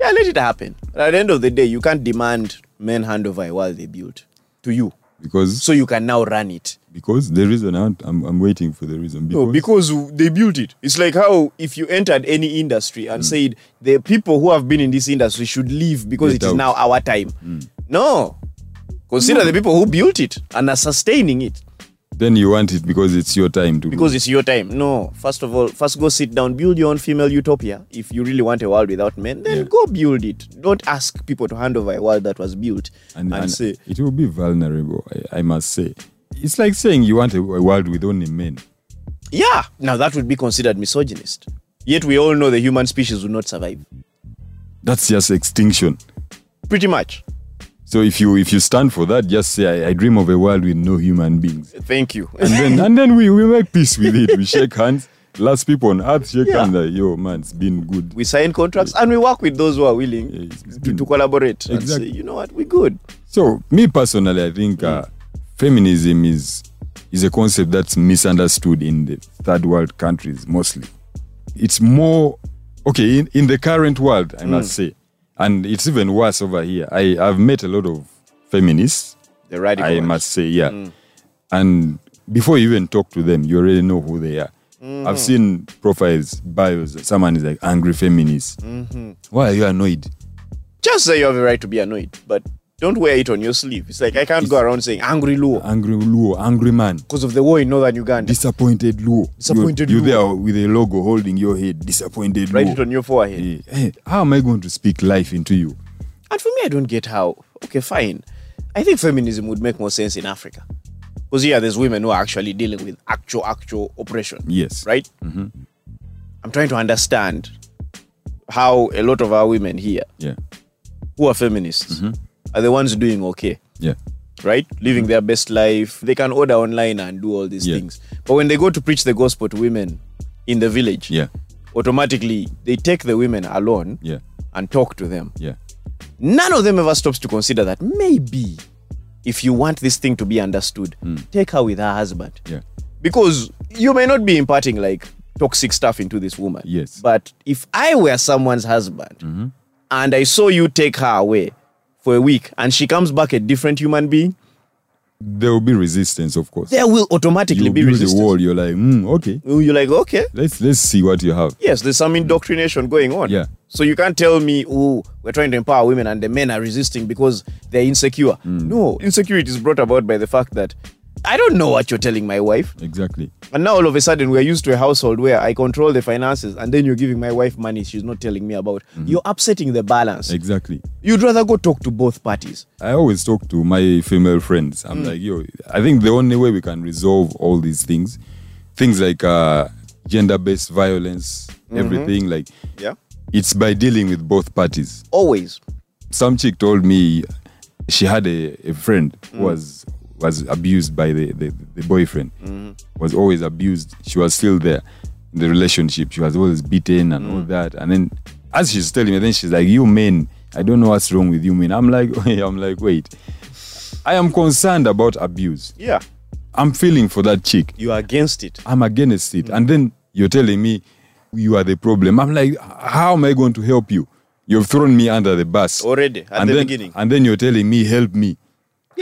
Speaker 3: yeah, let it happen. At the end of the day, you can't demand men hand over a world they built to you,
Speaker 4: Because
Speaker 3: so you can now run it.
Speaker 4: because the reason I want- I'm, I'm waiting for the reason. Because,
Speaker 3: No, because they built it. It's like how if you entered any industry
Speaker 4: Mm.
Speaker 3: and said the people who have been in this industry should leave because it
Speaker 4: Get
Speaker 3: is
Speaker 4: out. Mm.
Speaker 3: now our time. No. Consider the people who built it and are sustaining it
Speaker 4: then you want it because it's your time to
Speaker 3: because it's your time. No. First of all, first go sit down, build your own female utopia. If you really want a world without men, then
Speaker 4: Yeah.
Speaker 3: go build it. Don't ask people to hand over a world that was built and,
Speaker 4: and, and
Speaker 3: say,
Speaker 4: it will be vulnerable. I, I must say, it's like saying you want a, a world with only men.
Speaker 3: yeah. Now that would be considered misogynist. Yet we all know the human species will not survive.
Speaker 4: That's just extinction.
Speaker 3: Pretty much.
Speaker 4: So if you if you stand for that, just say I, I dream of a world with no human beings,
Speaker 3: Thank you.
Speaker 4: and then and then we we make peace with it. We shake hands. Last people on earth shake
Speaker 3: Yeah.
Speaker 4: hands. Like, Yo, man, it's been good.
Speaker 3: we sign contracts and we work with those who are willing
Speaker 4: Yeah, it's- it's
Speaker 3: to,
Speaker 4: been-
Speaker 3: to collaborate and say,
Speaker 4: Exactly.
Speaker 3: you know what, we're good.
Speaker 4: So me personally, I think uh, feminism is is a concept that's misunderstood in the third world countries mostly. It's more okay in, in the current world, I must say, and it's even worse over here. I I've met a lot of feminists.
Speaker 3: The radical.
Speaker 4: I
Speaker 3: ones.
Speaker 4: must say, yeah. And before you even talk to them, you already know who they are. I've seen profiles, bios. Someone is like angry feminist. Why are you annoyed?
Speaker 3: Just say you have a right to be annoyed, but don't wear it on your sleeve. It's like I can't go around saying angry Luo
Speaker 4: Angry Luo, angry man.
Speaker 3: because of the war in northern Uganda.
Speaker 4: disappointed Luo.
Speaker 3: Disappointed
Speaker 4: you,
Speaker 3: Luo.
Speaker 4: you there with a logo holding your head, disappointed
Speaker 3: Write it
Speaker 4: Luo.
Speaker 3: on your forehead.
Speaker 4: Eh, eh, how am I going to speak life into you?
Speaker 3: And for me, I don't get how. Okay, fine. I think feminism would make more sense in Africa. Because here, there's women who are actually dealing with actual, actual oppression.
Speaker 4: Yes. Mm-hmm.
Speaker 3: Right? I'm trying to understand how a lot of our women here
Speaker 4: Yeah. Mm-hmm.
Speaker 3: who are feminists are the ones doing okay.
Speaker 4: Yeah.
Speaker 3: right? Living their best life. They can order online and do all these
Speaker 4: Mm-hmm. Yeah.
Speaker 3: things. But when they go to preach the gospel to women in the village,
Speaker 4: Yeah.
Speaker 3: automatically they take the women alone
Speaker 4: Yeah.
Speaker 3: and talk to them.
Speaker 4: Yeah.
Speaker 3: None of them ever stops to consider that maybe if you want this thing to be understood,
Speaker 4: Mm.
Speaker 3: take her with her husband.
Speaker 4: Yeah.
Speaker 3: Because you may not be imparting like toxic stuff into this woman.
Speaker 4: Yes. Mm-hmm.
Speaker 3: But if I were someone's husband and I saw you take her away for a week and she comes back a different human being,
Speaker 4: There will be resistance, of course.
Speaker 3: there will automatically
Speaker 4: you
Speaker 3: be
Speaker 4: build a
Speaker 3: resistance.
Speaker 4: wall. You're like, mm, okay,
Speaker 3: You're like, okay,
Speaker 4: let's let's see what you have.
Speaker 3: yes, there's some indoctrination going on.
Speaker 4: Yeah.
Speaker 3: So you can't tell me, oh, we're trying to empower women and the men are resisting because they're insecure.
Speaker 4: Mm.
Speaker 3: No, insecurity is brought about by the fact that I don't know what you're telling my wife.
Speaker 4: Exactly.
Speaker 3: And now all of a sudden we're used to a household where I control the finances and then you're giving my wife money she's not telling me about. You're upsetting the balance.
Speaker 4: Exactly.
Speaker 3: You'd rather go talk to both parties.
Speaker 4: I always talk to my female friends. I'm
Speaker 3: Hmm.
Speaker 4: like, yo, I think the only way we can resolve all these things, things like uh, gender-based violence,
Speaker 3: Mm-hmm.
Speaker 4: everything, like
Speaker 3: Yeah.
Speaker 4: it's by dealing with both parties.
Speaker 3: Always.
Speaker 4: Some chick told me she had a, a friend who was was abused by the, the, the boyfriend. Was always abused. She was still there in the relationship. She was always beaten and all that. And then as she's telling me, then she's like, You men, I don't know what's wrong with you men. I'm like, I'm like, wait. I am concerned about abuse.
Speaker 3: Yeah.
Speaker 4: I'm feeling for that chick.
Speaker 3: You are against it.
Speaker 4: I'm against it. And then you're telling me you are the problem. I'm like, how am I going to help you? You've thrown me under the bus
Speaker 3: Already at
Speaker 4: and
Speaker 3: the
Speaker 4: then,
Speaker 3: beginning.
Speaker 4: And then you're telling me, help me.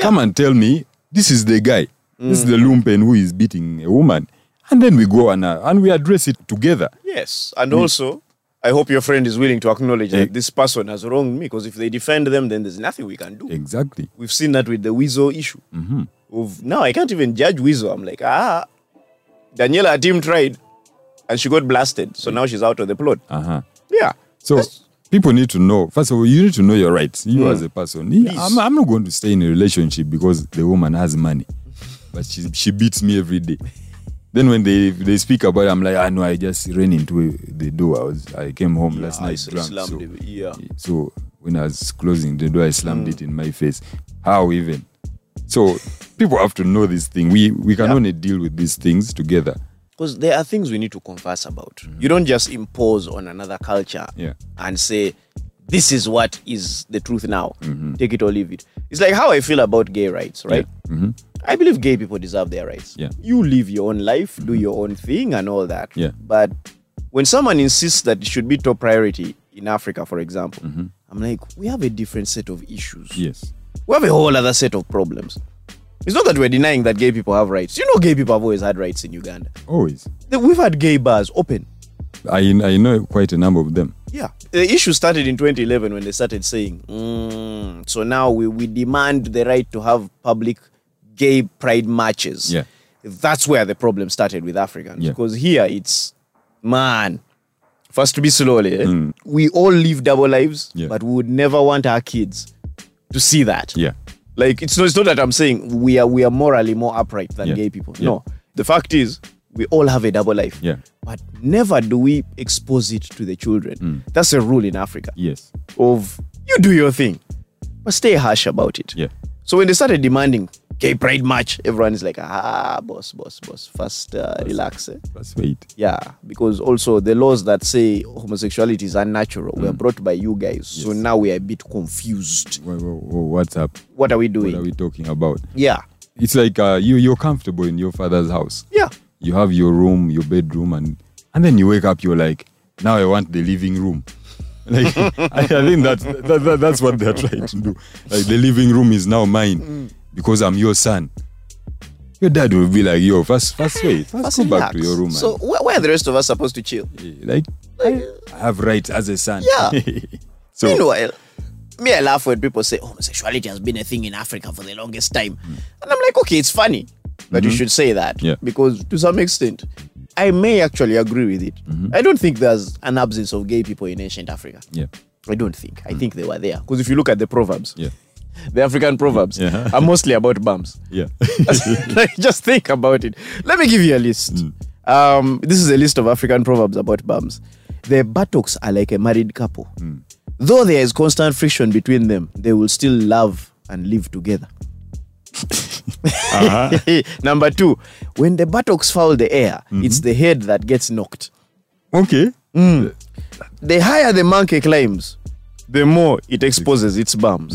Speaker 4: Come and tell me this is the guy. This is the lumpen who is beating a woman. And then we go and, uh, and we address it together.
Speaker 3: Yes, Mm. and also, I hope your friend is willing to acknowledge
Speaker 4: Eh.
Speaker 3: that this person has wronged me because if they defend them, then there's nothing we can do.
Speaker 4: Exactly.
Speaker 3: We've seen that with the Weasel issue. Of, now I can't even judge Weasel. I'm like, ah, Daniela, her team tried and she got blasted. So now she's out of the plot.
Speaker 4: Uh huh.
Speaker 3: Yeah.
Speaker 4: So
Speaker 3: That's-
Speaker 4: people need to know. First of all, you need to know your rights. You as a person. Yeah,
Speaker 3: Mm. Please.
Speaker 4: I'm, I'm not going to stay in a relationship because the woman has money, but she she beats me every day. Then when they they speak about it, I'm like, I know I just ran into a, the door. I was I came home last
Speaker 3: I
Speaker 4: night
Speaker 3: s-
Speaker 4: drunk.
Speaker 3: slammed
Speaker 4: so,
Speaker 3: it, Mm. yeah.
Speaker 4: So when I was closing the door, I slammed it in my face. How even? So people have to know this thing. We we can only deal with these things together.
Speaker 3: Because there are things we need to converse about. You don't just impose on another culture
Speaker 4: Mm. Yeah.
Speaker 3: and say, this is what is the truth now.
Speaker 4: Mm-hmm.
Speaker 3: Take it or leave it. It's like how I feel about gay rights, right? I believe gay people deserve their rights.
Speaker 4: Yeah. Mm-hmm.
Speaker 3: You live your own life, do your own thing, and all that.
Speaker 4: Yeah.
Speaker 3: But when someone insists that it should be top priority in Africa, for example,
Speaker 4: Mm-hmm.
Speaker 3: I'm like, we have a different set of issues.
Speaker 4: Yes.
Speaker 3: We have a whole other set of problems. It's not that we're denying that gay people have rights. You know, gay people have always had rights in Uganda.
Speaker 4: Always.
Speaker 3: The- We've had gay bars open.
Speaker 4: I I know quite a number of them.
Speaker 3: Yeah. The issue started in 2011 when they started saying, "Mm, so now we, we demand the right to have public gay pride matches.
Speaker 4: Yeah.
Speaker 3: That's where the problem started with Africans.
Speaker 4: Yeah.
Speaker 3: Because here it's, man, first to be slowly, eh? we all live double lives,
Speaker 4: Mm. Yeah.
Speaker 3: but we would never want our kids to see that.
Speaker 4: Yeah.
Speaker 3: Like it's not, it's not that I'm saying we are we are morally more upright than
Speaker 4: Yeah.
Speaker 3: gay people.
Speaker 4: Yeah.
Speaker 3: No. The fact is we all have a double life.
Speaker 4: Yeah.
Speaker 3: But never do we expose it to the children.
Speaker 4: Mm.
Speaker 3: That's a rule in Africa
Speaker 4: Yes.
Speaker 3: of you do your thing, but stay harsh about it.
Speaker 4: Yeah.
Speaker 3: So when they started demanding gay pride match, everyone is like, ah, boss, boss, boss, first uh, relax. eh."
Speaker 4: That's wait.
Speaker 3: Yeah, because also the laws that say homosexuality is unnatural were
Speaker 4: Mm.
Speaker 3: brought by you guys. So now we are a bit confused.
Speaker 4: Wha- wha- wha- What's up?
Speaker 3: What are we
Speaker 4: What
Speaker 3: doing?
Speaker 4: are we talking about?
Speaker 3: yeah.
Speaker 4: It's like uh, you you're comfortable in your father's house.
Speaker 3: Yeah.
Speaker 4: You have your room, your bedroom, and and then you wake up. You're like, now I want the living room. Like I, I think that's that, that, that's what they're trying to do. Like the living room is now mine because I'm your son. Your dad will be like, yo, first first wait, first,
Speaker 3: Just
Speaker 4: go
Speaker 3: relax.
Speaker 4: back to your room. and-
Speaker 3: So where, where are the rest of us supposed to chill?
Speaker 4: like I, I have rights as a son.
Speaker 3: Yeah.
Speaker 4: so
Speaker 3: Meanwhile, me, I laugh when people say homosexuality has been a thing in Africa for the longest time. And I'm like, okay, it's funny that you should say that.
Speaker 4: Hmm. Yeah.
Speaker 3: Because to some extent, I may actually agree with it. I don't think there's an absence of gay people in ancient Africa.
Speaker 4: Hmm. yeah, Hmm.
Speaker 3: I don't think. I think they were there. Because if you look at the proverbs,
Speaker 4: yeah,
Speaker 3: the African proverbs
Speaker 4: Yeah.
Speaker 3: are mostly about bums.
Speaker 4: yeah.
Speaker 3: Like, just think about it. Let me give you a list. Um, this is a list of African proverbs about bums. Their buttocks are like a married couple. Though there is constant friction between them, they will still love and live together. Number two, when the buttocks foul the air, it's the head that gets knocked.
Speaker 4: Okay.
Speaker 3: The higher the monkey climbs, the more it exposes its bums.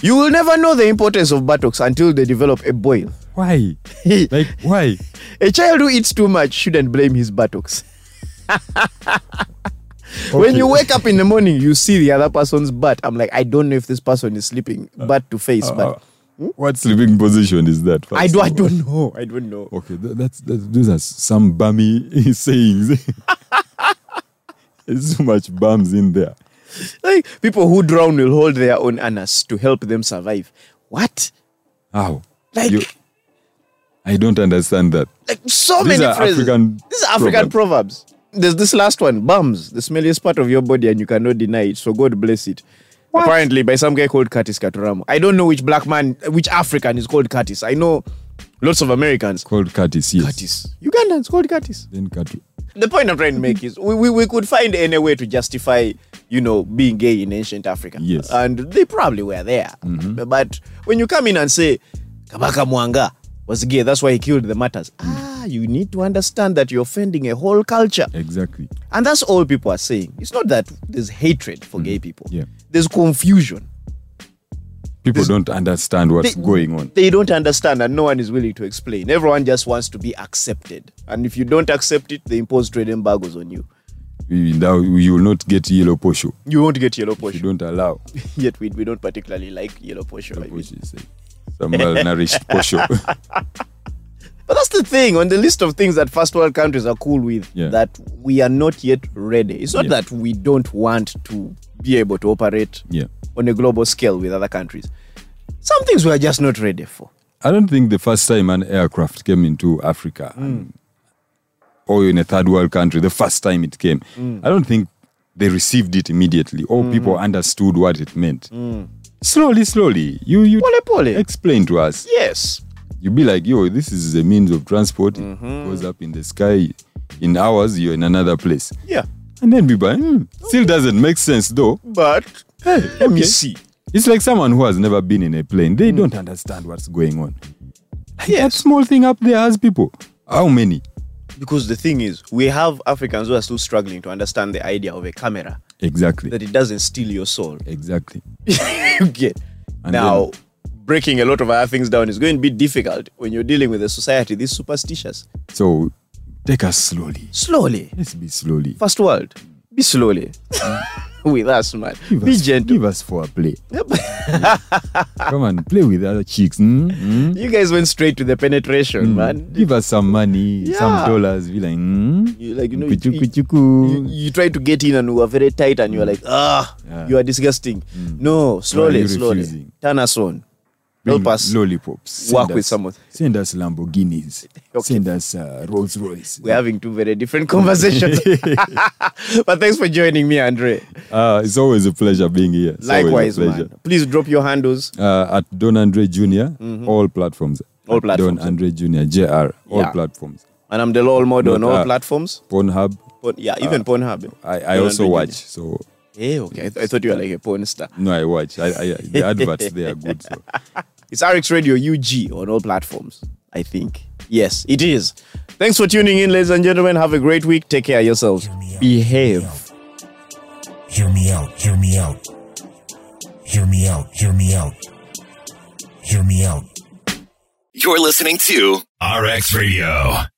Speaker 3: You will never know the importance of buttocks until they develop a boil.
Speaker 4: Why? Like why?
Speaker 3: A child who eats too much shouldn't blame his buttocks. When you wake up in the morning, you see the other person's butt. I'm like, I don't know if this person is sleeping
Speaker 4: Uh,
Speaker 3: butt to face, but
Speaker 4: What sleeping position is that?
Speaker 3: I,
Speaker 4: first
Speaker 3: do, I
Speaker 4: of all?
Speaker 3: don't know. I don't know.
Speaker 4: Okay, th- that's, that's those are some bummy sayings. There's so much bums in there.
Speaker 3: Like, people who drown will hold their own anus to help them survive. What?
Speaker 4: How?
Speaker 3: Like,
Speaker 4: You- I don't understand that.
Speaker 3: like so
Speaker 4: These
Speaker 3: many
Speaker 4: are
Speaker 3: phrases.
Speaker 4: African
Speaker 3: These are African proverbs. There's this last one, bums, the smelliest part of your body, and you cannot deny it. So God bless it. Apparently, by some guy called Curtis Katuramo. I don't know which black man, which African is called Curtis. I know lots of Americans.
Speaker 4: Called Curtis. Yes.
Speaker 3: Curtis. Ugandans called Curtis.
Speaker 4: Then Curtis.
Speaker 3: The point I'm trying to make is we, we, we could find any way to justify, you know, being gay in ancient Africa.
Speaker 4: Yes. Mm-hmm.
Speaker 3: And they probably were there. But when you come in and say, Kabaka Mwanga was gay, that's why he killed the martyrs.
Speaker 4: Mm.
Speaker 3: Ah, you need to understand that you're offending a whole culture.
Speaker 4: Exactly.
Speaker 3: And that's all people are saying. It's not that there's hatred for gay people.
Speaker 4: Mm. Yeah.
Speaker 3: There's confusion.
Speaker 4: People don't understand what's
Speaker 3: They-
Speaker 4: going on.
Speaker 3: They don't understand and no one is willing to explain. Everyone just wants to be accepted. And if you don't accept it, they impose trade embargoes on you.
Speaker 4: You, now you will not get yellow posho.
Speaker 3: You won't get yellow
Speaker 4: You
Speaker 3: portion.
Speaker 4: don't allow
Speaker 3: yet we, we don't particularly like yellow posho. I mean.
Speaker 4: posho. It's like Some malnourished posho.
Speaker 3: But that's the thing on the list of things that first world countries are cool with
Speaker 4: Yeah.
Speaker 3: that we are not yet ready. It's not
Speaker 4: Yeah.
Speaker 3: that we don't want to be able to operate
Speaker 4: yeah.
Speaker 3: on a global scale with other countries. Some things we are just not ready for.
Speaker 4: I don't think the first time an aircraft came into Africa
Speaker 3: Mm.
Speaker 4: and- or in a third world country, the first time it came,
Speaker 3: Mm.
Speaker 4: I don't think they received it immediately or people understood what it meant. Slowly, slowly, you, you
Speaker 3: Mm. Pole pole.
Speaker 4: explain to us.
Speaker 3: yes.
Speaker 4: You'll be like, yo, this is a means of transport.
Speaker 3: Mm-hmm.
Speaker 4: It goes up in the sky. In hours, you're in another place.
Speaker 3: Yeah.
Speaker 4: And then people, are, hmm, still doesn't make sense though.
Speaker 3: But let me
Speaker 4: okay.
Speaker 3: see.
Speaker 4: It's like someone who has never been in a plane.
Speaker 3: Hmm.
Speaker 4: They don't understand what's going on. Like, That
Speaker 3: Yes.
Speaker 4: small thing up there has people. How many?
Speaker 3: Because the thing is, we have Africans who are still struggling to understand the idea of a camera,
Speaker 4: Exactly.
Speaker 3: that it doesn't steal your soul.
Speaker 4: exactly.
Speaker 3: you get.
Speaker 4: And
Speaker 3: now, breaking a lot of other things down is going to be difficult when you're dealing with a society this superstitious.
Speaker 4: So take us slowly.
Speaker 3: Slowly.
Speaker 4: Let's be slowly.
Speaker 3: First world, be slowly. with us, man.
Speaker 4: Hmm. Give
Speaker 3: Be
Speaker 4: us,
Speaker 3: gentle.
Speaker 4: Give us for a play. Come on, play with other chicks. mm, mm.
Speaker 3: You guys went straight to the penetration, man.
Speaker 4: Hmm. Give us some money,
Speaker 3: Yeah.
Speaker 4: some dollars. Be like, mm.
Speaker 3: You, like, you know,
Speaker 4: Kuchu,
Speaker 3: you,
Speaker 4: kuchu,
Speaker 3: you,
Speaker 4: kuchu.
Speaker 3: you try to get in and you are very tight and you're like, ah,
Speaker 4: Yeah. Hmm.
Speaker 3: you are disgusting. No, slowly,
Speaker 4: you
Speaker 3: slowly.
Speaker 4: refusing?
Speaker 3: Turn us on.
Speaker 4: Bring
Speaker 3: Help us.
Speaker 4: Lollipops. Send
Speaker 3: work
Speaker 4: us-
Speaker 3: with someone.
Speaker 4: Send us Lamborghinis.
Speaker 3: Okay.
Speaker 4: Send us uh, Rolls Royce.
Speaker 3: We're having two very different conversations. but thanks for joining me, Andre.
Speaker 4: Uh, it's always a pleasure being here. It's always
Speaker 3: Likewise,
Speaker 4: a pleasure.
Speaker 3: man. Please drop your handles.
Speaker 4: uh, at Don Andre junior all platforms.
Speaker 3: Mm-hmm. All
Speaker 4: At
Speaker 3: platforms.
Speaker 4: Don Andre Jr., JR, all
Speaker 3: Yeah.
Speaker 4: platforms.
Speaker 3: And I'm the lol mode on
Speaker 4: Not,
Speaker 3: all
Speaker 4: uh,
Speaker 3: platforms.
Speaker 4: Pornhub,
Speaker 3: Porn, yeah, even Pornhub.
Speaker 4: I, I also watch. So,
Speaker 3: Hey, okay. I, th- I thought you were like a porn star.
Speaker 4: no, I watch. I, I, the adverts, they are good. So.
Speaker 3: It's RX Radio UG on all platforms, I think. Yes, it is. Thanks for tuning in, ladies and gentlemen. Have a great week. Take care of yourselves. Behave.
Speaker 2: Hear me out, hear me out. Hear me out, hear me out. Hear me out.
Speaker 6: You're listening to
Speaker 1: RX Radio.